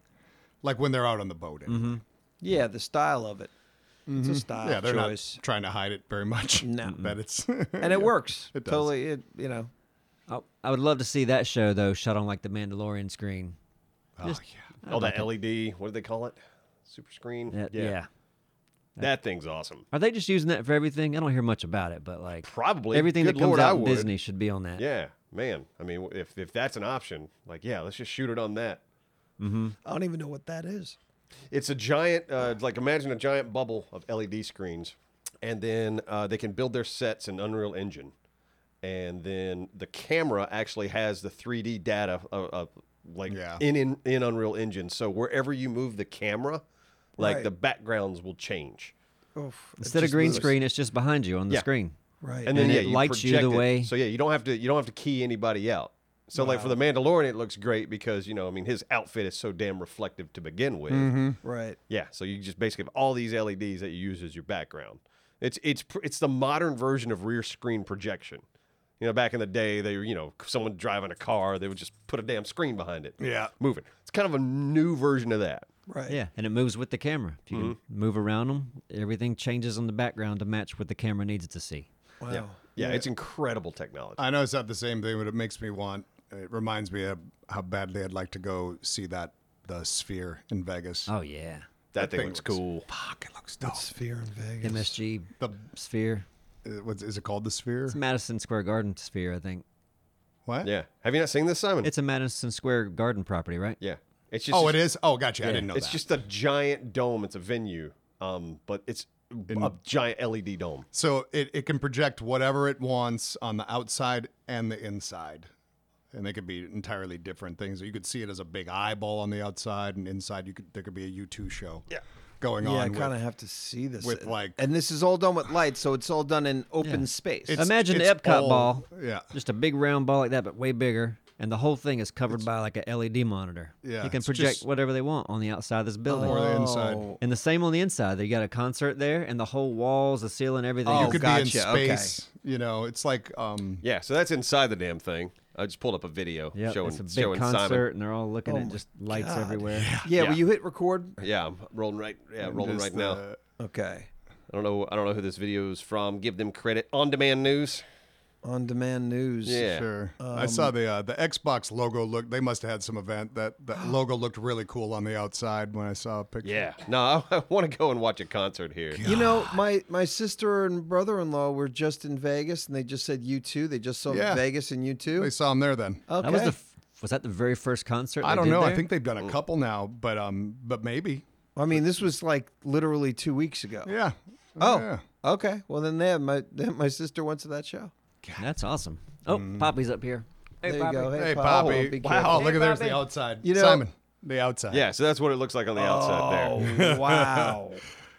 Speaker 2: Like when they're out on the boat. anyway.
Speaker 1: Mm-hmm.
Speaker 5: yeah, the style of it. It's a style
Speaker 2: Mm-hmm. Yeah, they're
Speaker 5: choice,
Speaker 2: not trying to hide it very much.
Speaker 5: No.
Speaker 2: That it's
Speaker 5: and it works.
Speaker 2: It does.
Speaker 5: Totally, it you know.
Speaker 1: I, I would love to see that show though, shot on like the Mandalorian screen.
Speaker 2: Oh yeah.
Speaker 3: oh, that LED. What do they call it? Super screen.
Speaker 1: That- yeah.
Speaker 3: That thing's awesome.
Speaker 1: Are they just using that for everything? I don't hear much about it, but like
Speaker 3: Probably.
Speaker 1: everything
Speaker 3: Good
Speaker 1: that comes
Speaker 3: Lord, I
Speaker 1: out in
Speaker 3: would.
Speaker 1: Disney should be on that.
Speaker 3: Yeah, man. I mean, if if that's an option, like, yeah, let's just shoot it on that.
Speaker 5: I don't even know what that is.
Speaker 3: It's a giant, uh, like imagine a giant bubble of LED screens, and then uh, they can build their sets in Unreal Engine, and then the camera actually has the 3D data of, of like
Speaker 2: Yeah.
Speaker 3: in, in in Unreal Engine. So wherever you move the camera, like
Speaker 5: Right.
Speaker 3: the backgrounds will change.
Speaker 5: Oof, it
Speaker 1: Instead of
Speaker 5: just
Speaker 1: green
Speaker 5: moves.
Speaker 1: screen, it's just behind you on the
Speaker 3: Yeah.
Speaker 1: screen.
Speaker 5: right?
Speaker 3: and then
Speaker 1: And
Speaker 3: yeah,
Speaker 1: it
Speaker 3: you
Speaker 1: lights you the
Speaker 3: project it.
Speaker 1: way-
Speaker 3: So yeah, you don't have to you don't have to key anybody out. So like for the Mandalorian, it looks great because you know I mean his outfit is so damn reflective to begin with.
Speaker 1: Mm-hmm.
Speaker 5: right,
Speaker 3: Yeah, so you just basically have all these LEDs that you use as your background. It's it's pr- it's the modern version of rear screen projection. You know, back in the day, they were you know someone driving a car, they would just put a damn screen behind it.
Speaker 2: Yeah.
Speaker 3: moving. It's kind of a new version of that.
Speaker 5: right.
Speaker 1: Yeah, and it moves with the camera. If you can
Speaker 3: Mm-hmm.
Speaker 1: move around them, everything changes on the background to match what the camera needs it to see.
Speaker 5: Wow.
Speaker 3: Yeah, yeah, it's incredible technology.
Speaker 2: I know it's not the same thing, but it makes me want. It reminds me of how badly I'd like to go see that the Sphere in Vegas.
Speaker 1: Oh yeah,
Speaker 3: that, thing
Speaker 2: thing
Speaker 3: looks
Speaker 2: looks-
Speaker 3: cool.
Speaker 2: Fuck, it looks dope.
Speaker 5: Sphere in Vegas.
Speaker 1: MSG
Speaker 2: The
Speaker 1: Sphere.
Speaker 2: uh, what's is it called? The Sphere?
Speaker 1: It's Madison Square Garden Sphere, I think.
Speaker 2: What?
Speaker 3: Yeah, have you not seen this, Simon?
Speaker 1: It's a Madison Square Garden property, right?
Speaker 3: Mm. yeah, it's just
Speaker 2: Oh, it is. Oh, gotcha. I didn't know
Speaker 3: it's
Speaker 2: that.
Speaker 3: just a giant dome. It's a venue, um, but it's a giant LED dome.
Speaker 2: so it, it can project whatever it wants on the outside and the inside. And they could be entirely different things. You could see it as a big eyeball on the outside, and inside you could there could be a U two show. Yeah. Going
Speaker 5: Yeah, I
Speaker 2: on.
Speaker 5: kind
Speaker 2: with-
Speaker 5: of have to see this.
Speaker 2: with,
Speaker 5: And-
Speaker 2: like-
Speaker 5: and this is all done with lights, so it's all done in open
Speaker 1: Yeah.
Speaker 5: space.
Speaker 2: It's-
Speaker 1: Imagine the
Speaker 2: it's
Speaker 1: Epcot
Speaker 2: all-
Speaker 1: ball.
Speaker 2: Yeah.
Speaker 1: Just a big round ball like that, but way bigger, and the whole thing is covered by like a LED monitor.
Speaker 2: Yeah,
Speaker 1: you can
Speaker 2: it's
Speaker 1: project
Speaker 2: just-
Speaker 1: whatever they want on the outside of this building.
Speaker 2: Or the inside.
Speaker 5: Oh,
Speaker 1: And the same on the inside. They got a concert there, and the whole walls, the ceiling, everything.
Speaker 5: Oh,
Speaker 2: you could be in
Speaker 5: gotcha, okay.
Speaker 2: space. You know, it's like um,
Speaker 3: Yeah, so that's inside the damn thing. I just pulled up a video
Speaker 1: Yeah,
Speaker 3: showing
Speaker 1: it's a big
Speaker 3: showing
Speaker 1: concert,
Speaker 3: Simon.
Speaker 1: and they're all looking
Speaker 5: Oh
Speaker 1: at
Speaker 5: my
Speaker 1: just lights
Speaker 5: God.
Speaker 1: everywhere.
Speaker 5: yeah,
Speaker 3: Yeah.
Speaker 5: Will you hit record?
Speaker 3: Yeah, I'm rolling right. Yeah, rolling
Speaker 2: just
Speaker 3: right now.
Speaker 2: the-
Speaker 5: Okay.
Speaker 3: I don't know. I don't know who this video is from. Give them credit. On demand news.
Speaker 5: On demand news.
Speaker 3: Yeah.
Speaker 2: Sure. I saw the uh, the Xbox logo look. They must have had some event that that logo looked really cool on the outside when I saw a picture.
Speaker 3: Yeah. No, I, want to go and watch a concert here.
Speaker 5: You know, my my sister and brother in law were just in Vegas, and they just said you too. They just saw
Speaker 2: Yeah.
Speaker 5: Vegas and you too.
Speaker 2: They saw him there then.
Speaker 5: Okay.
Speaker 1: That was the f- was that the very first concert?
Speaker 2: I
Speaker 1: they
Speaker 2: don't
Speaker 1: did
Speaker 2: know. I
Speaker 1: there?
Speaker 2: think they've done
Speaker 3: Oh.
Speaker 2: a couple now, but um, but maybe.
Speaker 5: I mean, this was like literally two weeks ago.
Speaker 2: Yeah.
Speaker 5: Oh,
Speaker 2: Yeah.
Speaker 5: okay. Well, then, yeah, my then my sister went to that show.
Speaker 1: that's awesome. Oh, Poppy's up here. Hey,
Speaker 5: there you go.
Speaker 2: Hey,
Speaker 5: Pop,
Speaker 2: Poppy.
Speaker 5: be
Speaker 2: wow.
Speaker 5: careful.
Speaker 2: Look at there's the outside.
Speaker 5: You know-
Speaker 2: Simon, the outside.
Speaker 3: Yeah. So that's what it looks like on the outside there.
Speaker 5: Oh, wow.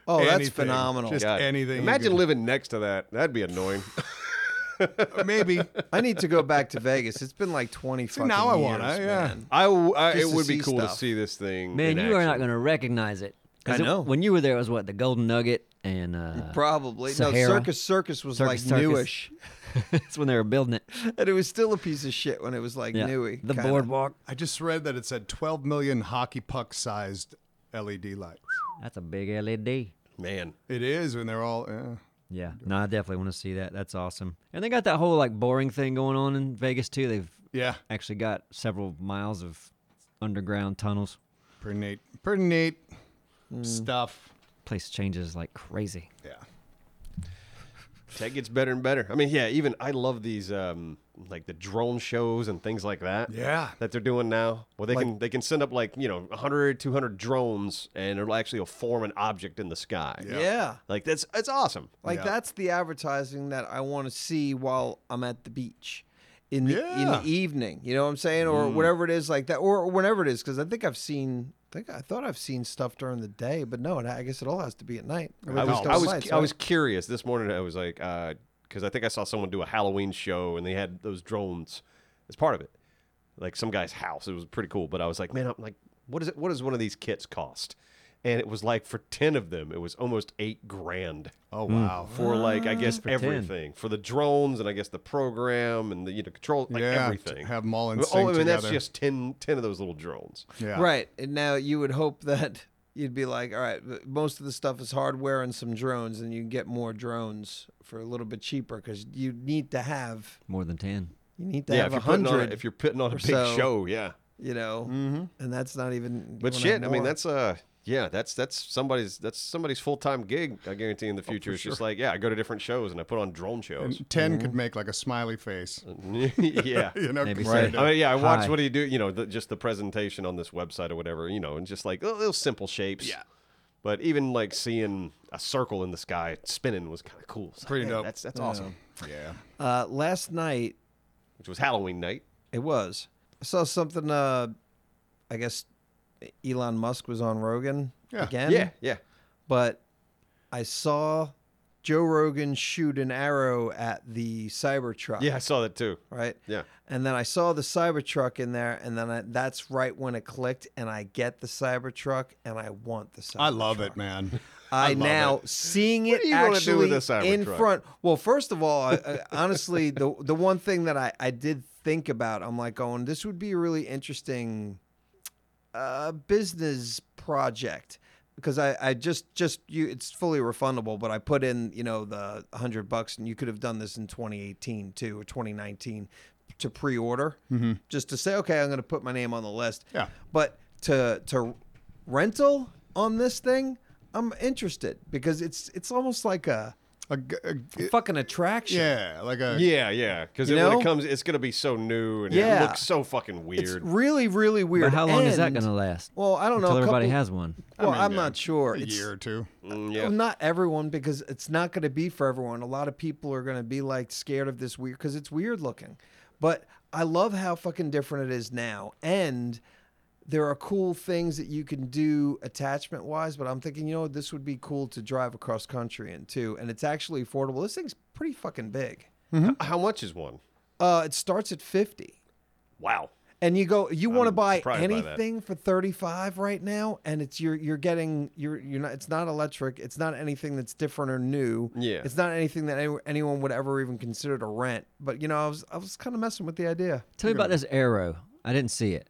Speaker 5: oh, that's
Speaker 2: Anything.
Speaker 5: phenomenal.
Speaker 2: Just
Speaker 3: God.
Speaker 2: anything. you
Speaker 3: Imagine
Speaker 2: could-
Speaker 3: living next to that. That'd be annoying.
Speaker 2: Uh, Maybe.
Speaker 5: I need to go back to Vegas. It's been like 20 fucking
Speaker 2: now I
Speaker 5: years,
Speaker 2: wanna, yeah.
Speaker 5: man.
Speaker 3: I, w- I- it
Speaker 5: Just to
Speaker 3: would be
Speaker 5: see
Speaker 3: cool to
Speaker 5: stuff.
Speaker 3: see this thing.
Speaker 1: Man,
Speaker 3: in
Speaker 1: you are not
Speaker 3: action.
Speaker 1: going to recognize it. 'Cause
Speaker 5: I
Speaker 1: it-
Speaker 5: know.
Speaker 1: when you were there, it was what the Golden Nugget and uh,
Speaker 5: Probably.
Speaker 1: Sahara.
Speaker 5: No, Circus Circus was
Speaker 1: Circus
Speaker 5: like
Speaker 1: Circus.
Speaker 5: newish.
Speaker 1: That's when they were building it.
Speaker 5: And it was still a piece of shit when it was like
Speaker 1: Yeah.
Speaker 5: newy.
Speaker 1: the
Speaker 5: kinda.
Speaker 1: boardwalk.
Speaker 2: I just read that it said 12 million hockey puck sized LED lights.
Speaker 1: That's a big LED.
Speaker 3: Man.
Speaker 2: It is, and they're all. Yeah.
Speaker 1: Yeah, no, I definitely want to see that. That's awesome. And they got that whole like boring thing going on in Vegas too. They've
Speaker 2: Yeah.
Speaker 1: actually got several miles of underground tunnels.
Speaker 2: Pretty neat. Pretty neat
Speaker 3: Hmm.
Speaker 2: stuff.
Speaker 1: Place changes like crazy.
Speaker 2: Yeah.
Speaker 3: That gets better and better. I mean, yeah, even I love these um like the drone shows and things like that.
Speaker 2: Yeah.
Speaker 3: That they're doing now. Well, they can they can send up like, you know, 100, 200 drones and it'll actually form an object in the sky.
Speaker 5: Yeah.
Speaker 3: Like that's it's awesome.
Speaker 5: Like
Speaker 2: Yeah.
Speaker 5: that's the advertising that I want to see while I'm at the beach. In the, in
Speaker 2: Yeah.
Speaker 5: the evening, you know what I'm saying, or
Speaker 3: Mm.
Speaker 5: whatever it is like that, or whenever it is, because I think I've seen, I think I thought I've seen stuff during the day, but no, it, I guess it all has to be at night.
Speaker 3: I was
Speaker 5: Everything's
Speaker 3: I
Speaker 5: done
Speaker 3: was
Speaker 5: lights,
Speaker 3: I was
Speaker 5: right?
Speaker 3: curious this morning. I was like, uh, because I think I saw someone do a Halloween show and they had those drones as part of it, like some guy's house. It was pretty cool. But I was like, man, I'm like, what is it? What does one of these kits cost? And it was like for ten of them, it was almost eight grand
Speaker 2: Oh wow.
Speaker 3: for like I guess
Speaker 1: For 10.
Speaker 3: everything for the drones and I guess the program and the you know control like
Speaker 2: Yeah,
Speaker 3: everything.
Speaker 2: have 'em all in
Speaker 3: Well, oh,
Speaker 2: sync
Speaker 3: I mean, that's
Speaker 2: together.
Speaker 3: just 10, 10 of those little drones.
Speaker 2: Yeah.
Speaker 5: Right. And now you would hope that you'd be like, all right, but most of the stuff is hardware and some drones, and you can get more drones for a little bit cheaper because you need to have
Speaker 1: More than ten.
Speaker 5: you need to
Speaker 3: yeah, if
Speaker 5: have a
Speaker 3: you're, putting on, a-
Speaker 5: hundred.
Speaker 3: if you're putting on a big
Speaker 5: so.
Speaker 3: show, yeah.
Speaker 5: you know, and that's not even.
Speaker 3: Mm-hmm. But
Speaker 5: when
Speaker 3: shit, I mean,
Speaker 5: more.
Speaker 3: that's uh, Yeah, that's that's somebody's that's somebody's full time gig. I guarantee in the future it's just like yeah, I go to different shows and I put on drone shows.
Speaker 2: And 10 could make like a smiley face.
Speaker 3: yeah,
Speaker 2: You know,
Speaker 1: Maybe so.
Speaker 2: compared to-
Speaker 3: Uh, I mean, yeah, I watched
Speaker 1: Hi.
Speaker 3: what he do. You know, the, just the presentation on this website or whatever. You know, and just like little, little simple shapes.
Speaker 2: Yeah.
Speaker 3: But even like seeing a circle in the sky spinning was kind of cool. It's like,
Speaker 2: Pretty
Speaker 3: man,
Speaker 2: dope.
Speaker 3: That's that's awesome.
Speaker 2: yeah.
Speaker 5: Uh, last night
Speaker 3: Which was Halloween night.
Speaker 5: It was. I saw something. Uh, I guess Elon Musk was on Rogan
Speaker 2: Yeah.
Speaker 5: again.
Speaker 3: yeah, yeah.
Speaker 5: But I saw Joe Rogan shoot an arrow at the Cybertruck.
Speaker 3: Yeah, I saw that too.
Speaker 5: Right.
Speaker 3: Yeah.
Speaker 5: And then I saw the Cybertruck in there, and then I, that's right when it clicked, and I get the Cybertruck, and I want the Cybertruck.
Speaker 2: I love it, man.
Speaker 5: I,
Speaker 2: love
Speaker 5: now
Speaker 2: it.
Speaker 5: seeing
Speaker 3: What
Speaker 5: it
Speaker 3: are you gonna do with
Speaker 5: actually
Speaker 3: this Cybertruck?
Speaker 5: in front. Well, first of all, I, I, honestly, the the one thing that I I did think about, I'm like, going, this would be a really interesting uh, business project because I I just just you it's fully refundable, but I put in you know the hundred bucks, and you could have done this in 2018 too or 2019 to pre-order just to say okay i'm going to put my name on the list
Speaker 2: Mm-hmm. Yeah.
Speaker 5: but to to rental on this thing, I'm interested because it's it's almost like a
Speaker 2: A g- a g-
Speaker 5: fucking attraction.
Speaker 2: yeah, like a
Speaker 3: Yeah, yeah. Because
Speaker 5: You
Speaker 3: when
Speaker 5: know?
Speaker 3: it comes, it's gonna be so new and
Speaker 5: Yeah.
Speaker 3: it looks so fucking
Speaker 5: It's
Speaker 3: weird.
Speaker 5: really really weird.
Speaker 1: But how long is that
Speaker 5: And-
Speaker 1: going to last?
Speaker 5: Well, I don't know.
Speaker 1: Until
Speaker 5: a
Speaker 1: everybody
Speaker 5: couple-
Speaker 1: has one.
Speaker 5: Well,
Speaker 2: mean,
Speaker 5: I'm
Speaker 2: yeah,
Speaker 5: not sure.
Speaker 2: a
Speaker 5: It's-
Speaker 2: year or two.
Speaker 3: Mm, yeah.
Speaker 5: Not everyone because it's not going to be for everyone. A lot of people are going to be like scared of this weird because it's weird looking. But I love how fucking different it is now, and there are cool things that you can do attachment wise. But I'm thinking, you know, this would be cool to drive across country in too, and it's actually affordable. This thing's pretty fucking big.
Speaker 3: How much is one?
Speaker 5: Uh, it starts at fifty.
Speaker 3: Wow.
Speaker 5: And you go, you want to buy
Speaker 3: surprised by that.
Speaker 5: anything for thirty five right now, and it's you're you're getting you're you're not. It's not electric. It's not anything that's different or new.
Speaker 3: Yeah.
Speaker 5: It's not anything that any, anyone would ever even consider to rent. But you know, I was I was kind of messing with the idea.
Speaker 1: Tell me about this arrow. I didn't see it.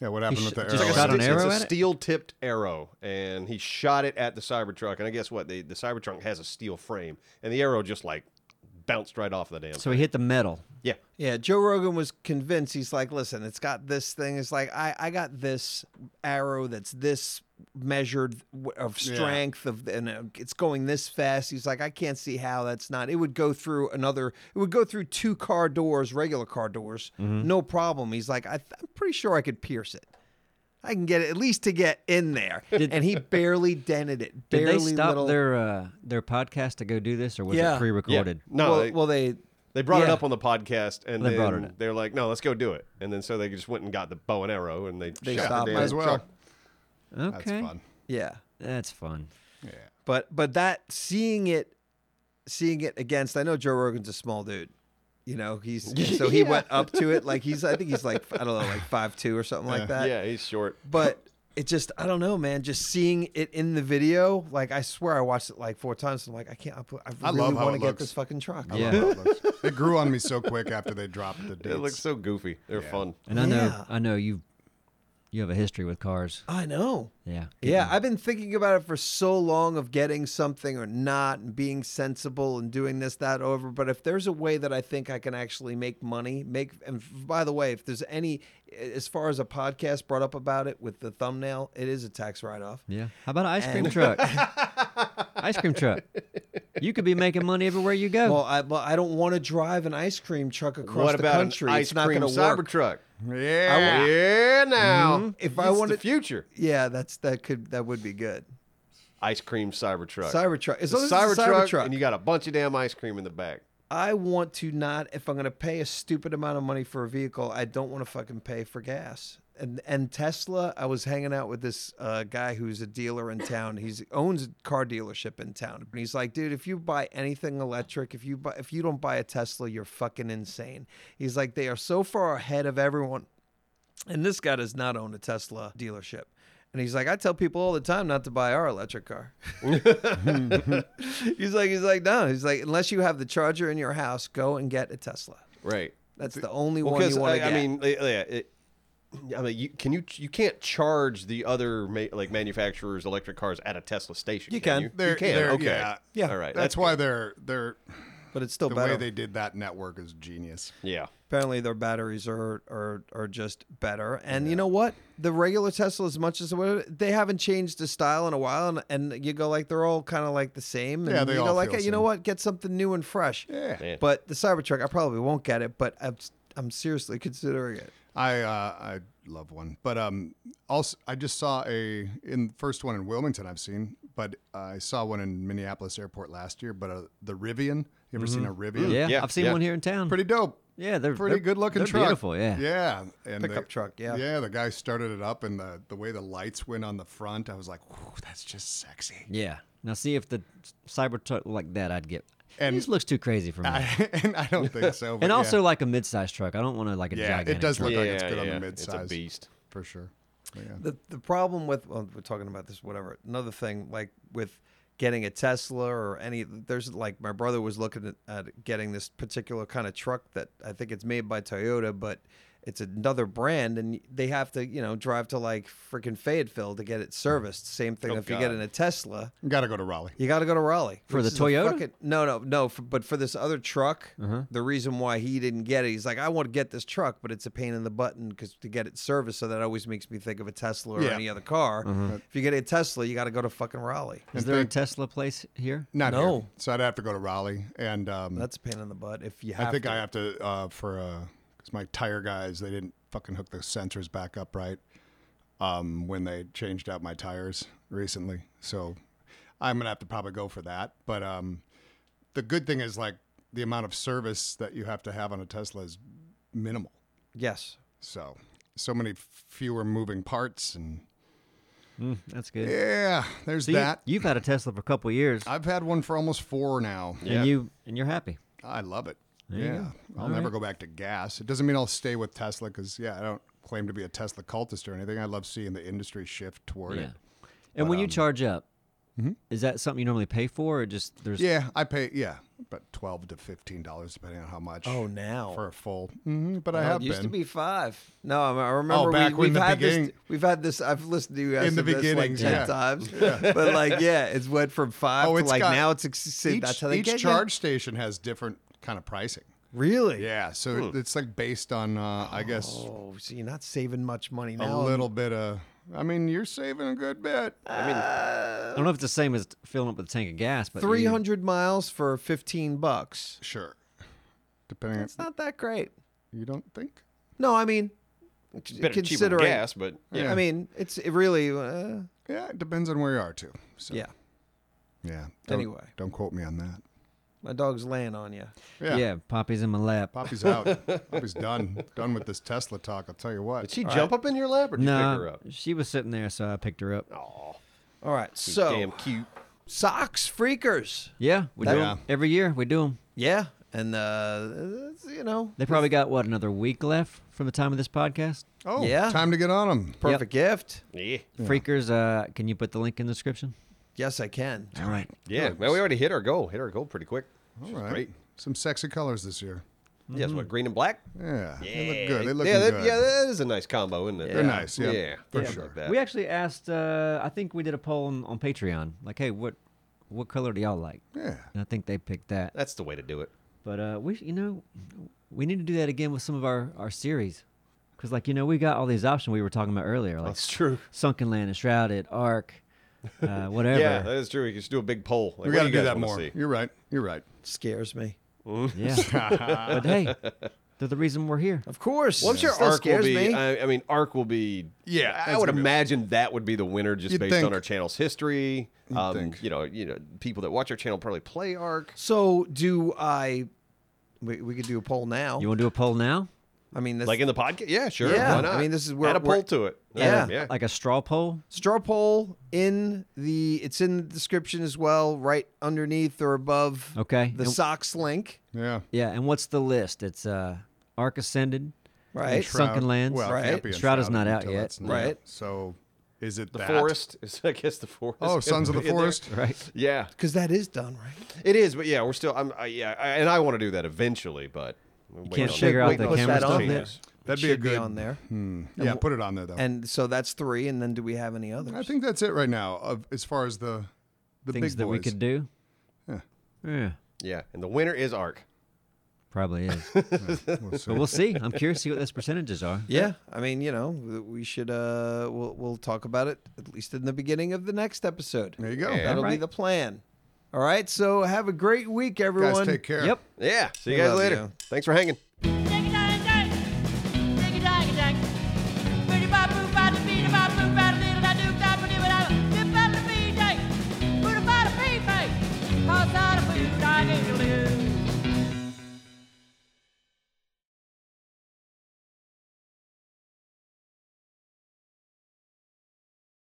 Speaker 2: Yeah, what happened with
Speaker 1: should-
Speaker 2: the
Speaker 1: just
Speaker 2: arrow?
Speaker 1: shot an
Speaker 3: it's
Speaker 1: arrow
Speaker 3: a
Speaker 1: at it?
Speaker 3: steel-tipped arrow, and he shot it at the Cybertruck. And I guess what the the Cybertruck has a steel frame, and the arrow just like bounced right off the damn.
Speaker 1: So he hit the metal.
Speaker 3: yeah,
Speaker 5: Yeah, Joe Rogan was convinced. He's like, listen, it's got this thing. It's like I I got this arrow that's this measured w- of strength of and uh, it's going this fast. He's like, I can't see how that's not. It would go through another. It would go through two car doors, regular car doors,
Speaker 1: Mm-hmm.
Speaker 5: no problem. He's like, I th- I'm pretty sure I could pierce it. I can get it at least to get in there. and he barely dented it.
Speaker 1: Did
Speaker 5: Barely
Speaker 1: they stop
Speaker 5: little,
Speaker 1: their uh, their podcast to go do this, or was
Speaker 5: Yeah.
Speaker 1: it pre-recorded?
Speaker 3: Yeah. No,
Speaker 5: well,
Speaker 3: they,
Speaker 5: well, they
Speaker 3: they brought it
Speaker 5: yeah.
Speaker 3: up on the podcast, and
Speaker 1: They
Speaker 3: then
Speaker 1: brought it up.
Speaker 3: they're like, "No, let's go do it." And then so they just went and got the bow and arrow, and they,
Speaker 5: They
Speaker 3: shot
Speaker 5: stopped
Speaker 3: the damn
Speaker 5: it.
Speaker 2: Might as well.
Speaker 3: truck.
Speaker 1: Okay,
Speaker 2: That's fun.
Speaker 5: yeah.
Speaker 1: That's fun.
Speaker 2: Yeah.
Speaker 5: but but that seeing it seeing it against i know joe rogan's a small dude you know he's so he went up to it like he's i think he's like i don't know like five two or something like that
Speaker 3: Yeah, he's short.
Speaker 5: but it just i don't know man just seeing it in the video like i swear i watched it like four times and i'm like i can't i, put- I
Speaker 2: I
Speaker 5: really
Speaker 2: love how
Speaker 5: want to
Speaker 2: it
Speaker 5: get
Speaker 2: looks.
Speaker 5: this fucking truck
Speaker 2: I love how it looks. It grew on me so quick after they dropped the dates.
Speaker 3: It looks so goofy. They're fun.
Speaker 1: And I know,
Speaker 5: Yeah.
Speaker 1: I know you, you have a history with cars.
Speaker 5: i know
Speaker 1: Yeah.
Speaker 5: Yeah,
Speaker 3: Mm-hmm.
Speaker 5: I've been thinking about it for so long of getting something or not and being sensible and doing this, that, over. But if there's a way that I think I can actually make money, make, and f- by the way, if there's any, as far as a podcast brought up about it with the thumbnail, it is a tax write off.
Speaker 1: Yeah. How about an ice cream
Speaker 5: And-
Speaker 1: truck? ice cream truck. You could be making money everywhere you go.
Speaker 5: Well, I, well, I don't want to drive an ice cream truck across
Speaker 3: what
Speaker 5: the
Speaker 3: about
Speaker 5: country.
Speaker 3: an ice
Speaker 5: it's not
Speaker 3: cream
Speaker 5: going to work.
Speaker 3: Cybertruck?
Speaker 2: Yeah.
Speaker 3: Yeah, now
Speaker 5: If
Speaker 3: if
Speaker 5: I
Speaker 3: I want the
Speaker 5: wanted-
Speaker 3: future,
Speaker 5: yeah, that's that could that would be good.
Speaker 3: ice cream Cybertruck.
Speaker 5: Cybertruck, as
Speaker 3: It's a
Speaker 5: long as it's a
Speaker 3: Cybertruck,
Speaker 5: Cybertruck,
Speaker 3: and you got a bunch of damn ice cream in the back.
Speaker 5: I want to not if I'm going to pay a stupid amount of money for a vehicle, I don't want to fucking pay for gas. And and Tesla, I was hanging out with this uh, guy who's a dealer in town. He's owns a car dealership in town, and he's like, dude, if you buy anything electric, if you buy if you don't buy a Tesla, you're fucking insane. He's like, they are so far ahead of everyone. And this guy does not own a Tesla dealership. And he's like, I tell people all the time not to buy our electric car. he's like, he's like, no. He's like, unless you have the charger in your house, go and get a Tesla.
Speaker 3: Right.
Speaker 5: That's the only
Speaker 3: Well,
Speaker 5: one
Speaker 3: because
Speaker 5: you want to
Speaker 3: I, I
Speaker 5: get.
Speaker 3: mean, uh, yeah, it, I mean, you can you you can't charge the other ma- like manufacturers' electric cars at a Tesla station.
Speaker 5: You can.
Speaker 3: You,
Speaker 2: They're-
Speaker 3: You can.
Speaker 2: they're-
Speaker 3: okay.
Speaker 2: yeah.
Speaker 5: Yeah.
Speaker 3: All right.
Speaker 2: That's why they're they're
Speaker 5: but it's still
Speaker 2: The
Speaker 5: better.
Speaker 2: way they did that network is genius.
Speaker 3: Yeah.
Speaker 5: Apparently, their batteries are are, are just better. And you know what? The regular Tesla, as much as whatever, they haven't changed the style in a while, and, and you go like they're all kind of like the same. And
Speaker 2: Yeah, they
Speaker 5: you go
Speaker 2: all
Speaker 5: like,
Speaker 2: feel
Speaker 5: hey, you know
Speaker 2: same.
Speaker 5: what? Get something new and fresh.
Speaker 2: Yeah.
Speaker 3: Man.
Speaker 5: But the Cybertruck, I probably won't get it, but I'm, I'm seriously considering it.
Speaker 2: I uh, I love one, but um, also I just saw a in first one in Wilmington I've seen, but I saw one in Minneapolis Airport last year. But uh, the Rivian, you ever seen a
Speaker 5: Mm-hmm.
Speaker 2: Rivian?
Speaker 1: Yeah,
Speaker 3: Yeah,
Speaker 1: I've seen
Speaker 3: yeah.
Speaker 1: one here in town.
Speaker 2: pretty dope.
Speaker 1: yeah, they're
Speaker 2: pretty
Speaker 1: they're-
Speaker 2: good looking
Speaker 1: they're
Speaker 2: truck.
Speaker 1: Beautiful, yeah.
Speaker 2: Yeah, and
Speaker 5: Pickup
Speaker 2: they-
Speaker 5: truck, yeah.
Speaker 2: yeah. The guy started it up, and the the way the lights went on the front, I was like, "Whew, that's just sexy.
Speaker 1: Yeah. Now see if the Cybertruck like that, I'd get.
Speaker 2: And-
Speaker 1: it just looks too crazy for me.
Speaker 2: I, and I don't think so. but
Speaker 1: and
Speaker 2: yeah.
Speaker 1: also like a mid-sized truck. I don't want to like a
Speaker 2: Yeah, it
Speaker 1: gigantic.
Speaker 2: does
Speaker 1: truck.
Speaker 2: look-
Speaker 3: yeah,
Speaker 2: like it's good on the
Speaker 3: yeah.
Speaker 2: midsize.
Speaker 3: It's a beast.
Speaker 2: for sure. But yeah.
Speaker 5: The the problem with well, we're talking about this whatever another thing like with getting a Tesla or any there's like my brother was looking at, at getting this particular kind of truck that I think it's made by Toyota but it's another brand and they have to you know drive to like freaking Fayetteville to get it serviced same thing
Speaker 3: Oh,
Speaker 5: if you get
Speaker 3: God.
Speaker 5: in a Tesla
Speaker 2: Got to go to Raleigh.
Speaker 5: you got to go to Raleigh
Speaker 1: For
Speaker 5: which
Speaker 1: the
Speaker 5: is a
Speaker 1: Toyota?
Speaker 5: no, no, no. For, but for this other truck, the reason why he didn't get it, he's like, I want to get this truck, but it's a pain in the button because to get it serviced. So that always makes me think of a Tesla or
Speaker 2: Yeah.
Speaker 5: any other car. If you get a Tesla, you got to go to fucking Raleigh.
Speaker 1: Is there a Tesla place here?
Speaker 2: Not
Speaker 5: No.
Speaker 2: here. So I'd have to go to Raleigh, and um,
Speaker 5: That's a pain in the butt if you have.
Speaker 2: I think
Speaker 5: to.
Speaker 2: I have to uh, for because my tire guys they didn't fucking hook the sensors back up right um, when they changed out my tires recently. So I'm gonna have to probably go for that. But um, the good thing is like the amount of service that you have to have on a Tesla is minimal.
Speaker 5: Yes.
Speaker 2: So so many fewer moving parts and
Speaker 1: That's good.
Speaker 2: yeah, there's
Speaker 1: So
Speaker 2: that.
Speaker 1: You, have had a Tesla for a couple of years,
Speaker 2: I've had one for almost four now.
Speaker 3: Yeah.
Speaker 1: and you and you're happy.
Speaker 2: I love it.
Speaker 1: you
Speaker 2: yeah,
Speaker 1: go.
Speaker 2: I'll
Speaker 1: All
Speaker 2: never
Speaker 1: right.
Speaker 2: go back to gas. It doesn't mean I'll stay with Tesla because yeah, I don't claim to be a Tesla cultist or anything. I love seeing the industry shift toward
Speaker 1: Yeah.
Speaker 2: it.
Speaker 1: And when you
Speaker 2: Um,
Speaker 1: charge up, is that something you normally pay for, or just there's?
Speaker 2: mm-hmm. Yeah, I pay yeah about twelve to fifteen dollars depending on how much.
Speaker 5: Oh, now.
Speaker 2: for a full. hmm but I
Speaker 5: Oh,
Speaker 2: have
Speaker 5: it used
Speaker 2: been. Oh,
Speaker 5: to be five. No, I I remember
Speaker 2: back
Speaker 5: we,
Speaker 2: when
Speaker 5: we've
Speaker 2: the
Speaker 5: had this.
Speaker 2: beginning-
Speaker 5: We've had this. I've listened to you guys
Speaker 2: In the
Speaker 5: to this like
Speaker 2: beginnings,
Speaker 5: ten
Speaker 2: yeah.
Speaker 5: times. But like, yeah, it's went from five
Speaker 2: Oh,
Speaker 5: to
Speaker 2: it's
Speaker 5: like
Speaker 2: got-
Speaker 5: now it's. ex-
Speaker 2: each
Speaker 5: that's how they
Speaker 2: each
Speaker 5: get you.
Speaker 2: charge station has different kind of pricing.
Speaker 5: Really?
Speaker 2: Yeah, so it's like based on uh, I guess
Speaker 5: Oh, so you're not saving much money
Speaker 2: a
Speaker 5: now.
Speaker 2: little bit of. I mean, you're saving a good bit.
Speaker 1: I don't know if it's the same as filling up with a tank of gas, but you-
Speaker 5: Uh, Three hundred miles for fifteen bucks.
Speaker 2: sure, depending.
Speaker 5: It's not that great.
Speaker 2: you don't think?
Speaker 5: No, I mean,
Speaker 3: Bit of cheaper than
Speaker 5: considering.
Speaker 3: gas, but yeah.
Speaker 5: I mean, it's it really. Uh,
Speaker 2: Yeah, it depends on where you are too. So.
Speaker 5: yeah,
Speaker 2: Yeah. Don't-
Speaker 5: Anyway.
Speaker 2: don't quote me on that.
Speaker 5: my dog's laying on you.
Speaker 1: yeah. Poppy's in my lap.
Speaker 2: Poppy's out. Poppy's done. Done with this Tesla talk. I'll tell you
Speaker 3: Did
Speaker 2: what.
Speaker 3: she jump up in your lap or did you pick her
Speaker 1: No,
Speaker 3: up?
Speaker 1: she was sitting there, so I picked her up.
Speaker 3: Oh,
Speaker 5: All right, so
Speaker 3: damn cute.
Speaker 5: socks freakers.
Speaker 1: Yeah, we do 'em.
Speaker 2: Yeah.
Speaker 1: every year. We do them.
Speaker 5: Yeah, and uh, it's, you know,
Speaker 1: They probably got what another week left from the time of this podcast.
Speaker 2: Oh,
Speaker 5: Yeah.
Speaker 2: Time to get on them.
Speaker 5: perfect gift.
Speaker 3: Yeah.
Speaker 1: Freakers, uh, can you put the link in the description?
Speaker 5: Yes, I can.
Speaker 1: All right.
Speaker 3: Yeah. Well, we already hit our goal. Hit our goal pretty quick.
Speaker 2: All right.
Speaker 3: great.
Speaker 2: Some sexy colors this year.
Speaker 3: Yes, what green and black?
Speaker 2: Yeah. They look good. They look
Speaker 3: yeah, that-
Speaker 2: good.
Speaker 3: yeah, that is a nice combo, isn't it?
Speaker 2: They're nice, yeah, for
Speaker 3: I like
Speaker 2: sure.
Speaker 3: that.
Speaker 1: We actually asked. Uh, I think we did a poll on, on Patreon. Like, hey, what what color do y'all like?
Speaker 2: Yeah.
Speaker 1: And I think they picked that.
Speaker 3: That's the way to do it.
Speaker 1: But uh, we, you know, we need to do that again with some of our our series, because like you know we got all these options we were talking about earlier, like
Speaker 3: true.
Speaker 1: Sunken Land, Enshrouded, Ark, uh, whatever.
Speaker 3: Yeah, that is true. You should do a big poll. Like,
Speaker 2: We
Speaker 3: what
Speaker 2: got to
Speaker 3: you
Speaker 2: do
Speaker 3: guys
Speaker 2: that
Speaker 3: wanna
Speaker 2: more.
Speaker 3: see?
Speaker 2: You're right. You're right.
Speaker 5: Scares me.
Speaker 1: Yeah. but hey, they're the reason we're here.
Speaker 5: Of course.
Speaker 3: Well, I'm sure
Speaker 5: Still
Speaker 3: Arc will
Speaker 5: scares
Speaker 3: be. uh,
Speaker 5: me.
Speaker 3: I, I mean, Arc will be.
Speaker 2: Yeah,
Speaker 3: I- I
Speaker 2: that's
Speaker 3: would
Speaker 2: gonna be-
Speaker 3: imagine that would be the winner just
Speaker 2: You'd
Speaker 3: based
Speaker 2: think.
Speaker 3: on our channel's history. Um,
Speaker 2: think.
Speaker 3: You know, you know, people that watch our channel probably play Arc.
Speaker 5: so do I? We, we could do a poll now.
Speaker 1: You want to do a poll now?
Speaker 5: I mean, that's
Speaker 3: Like in the podcast? Yeah, sure.
Speaker 5: Yeah,
Speaker 3: Why not?
Speaker 5: I mean, this is where-
Speaker 3: Add a
Speaker 5: where-
Speaker 3: poll to it.
Speaker 5: Yeah.
Speaker 3: yeah.
Speaker 1: Like a straw poll.
Speaker 5: straw poll in the it's in the description as well right underneath or above
Speaker 1: Okay.
Speaker 5: the
Speaker 1: And-
Speaker 5: socks link
Speaker 2: Yeah.
Speaker 1: Yeah. And what's the list? It's uh, Ark Ascended.
Speaker 5: right
Speaker 1: Shroud. Sunken Lands.
Speaker 2: Well, it
Speaker 5: Right.
Speaker 2: can't be
Speaker 1: Shroud is
Speaker 2: Enshrouded
Speaker 1: not out
Speaker 2: until
Speaker 1: yet.
Speaker 2: it's not.
Speaker 5: Right.
Speaker 2: So, is it
Speaker 3: the
Speaker 2: that?
Speaker 3: forest is, I guess, the forest.
Speaker 2: Oh, Sons of the
Speaker 3: could be in there.
Speaker 2: Forest.
Speaker 1: Right.
Speaker 3: Yeah,
Speaker 5: because that is done right
Speaker 3: it is. But yeah, we're still. I'm. I, yeah, I, and I want to do that eventually, but you
Speaker 1: can't figure out the camera
Speaker 5: stuff
Speaker 3: on
Speaker 5: yet.
Speaker 2: That'd
Speaker 5: Should
Speaker 2: be a good Hmm.
Speaker 5: on there
Speaker 2: Yeah, put it on there though.
Speaker 5: and so that's three and then do we have any others
Speaker 2: I think that's it right now. Of, as far as the the
Speaker 1: Things
Speaker 2: big
Speaker 1: that we
Speaker 2: boys.
Speaker 1: could do.
Speaker 2: Yeah.
Speaker 1: Yeah.
Speaker 3: Yeah, and the winner is Ark.
Speaker 1: Probably is.
Speaker 2: We'll
Speaker 1: but
Speaker 2: see.
Speaker 1: we'll see. I'm curious to see what those percentages are.
Speaker 5: Yeah, I mean, you know, w- we should uh we'll we'll talk about it at least in the beginning of the next episode.
Speaker 2: There you go.
Speaker 3: Yeah.
Speaker 5: That'll be
Speaker 1: Right.
Speaker 5: the plan. All right, so have a great week everyone.
Speaker 2: Guys, take care.
Speaker 1: Yep.
Speaker 3: Yeah. See you
Speaker 5: We
Speaker 3: guys
Speaker 5: love
Speaker 3: later.
Speaker 5: you.
Speaker 3: Thanks for hanging.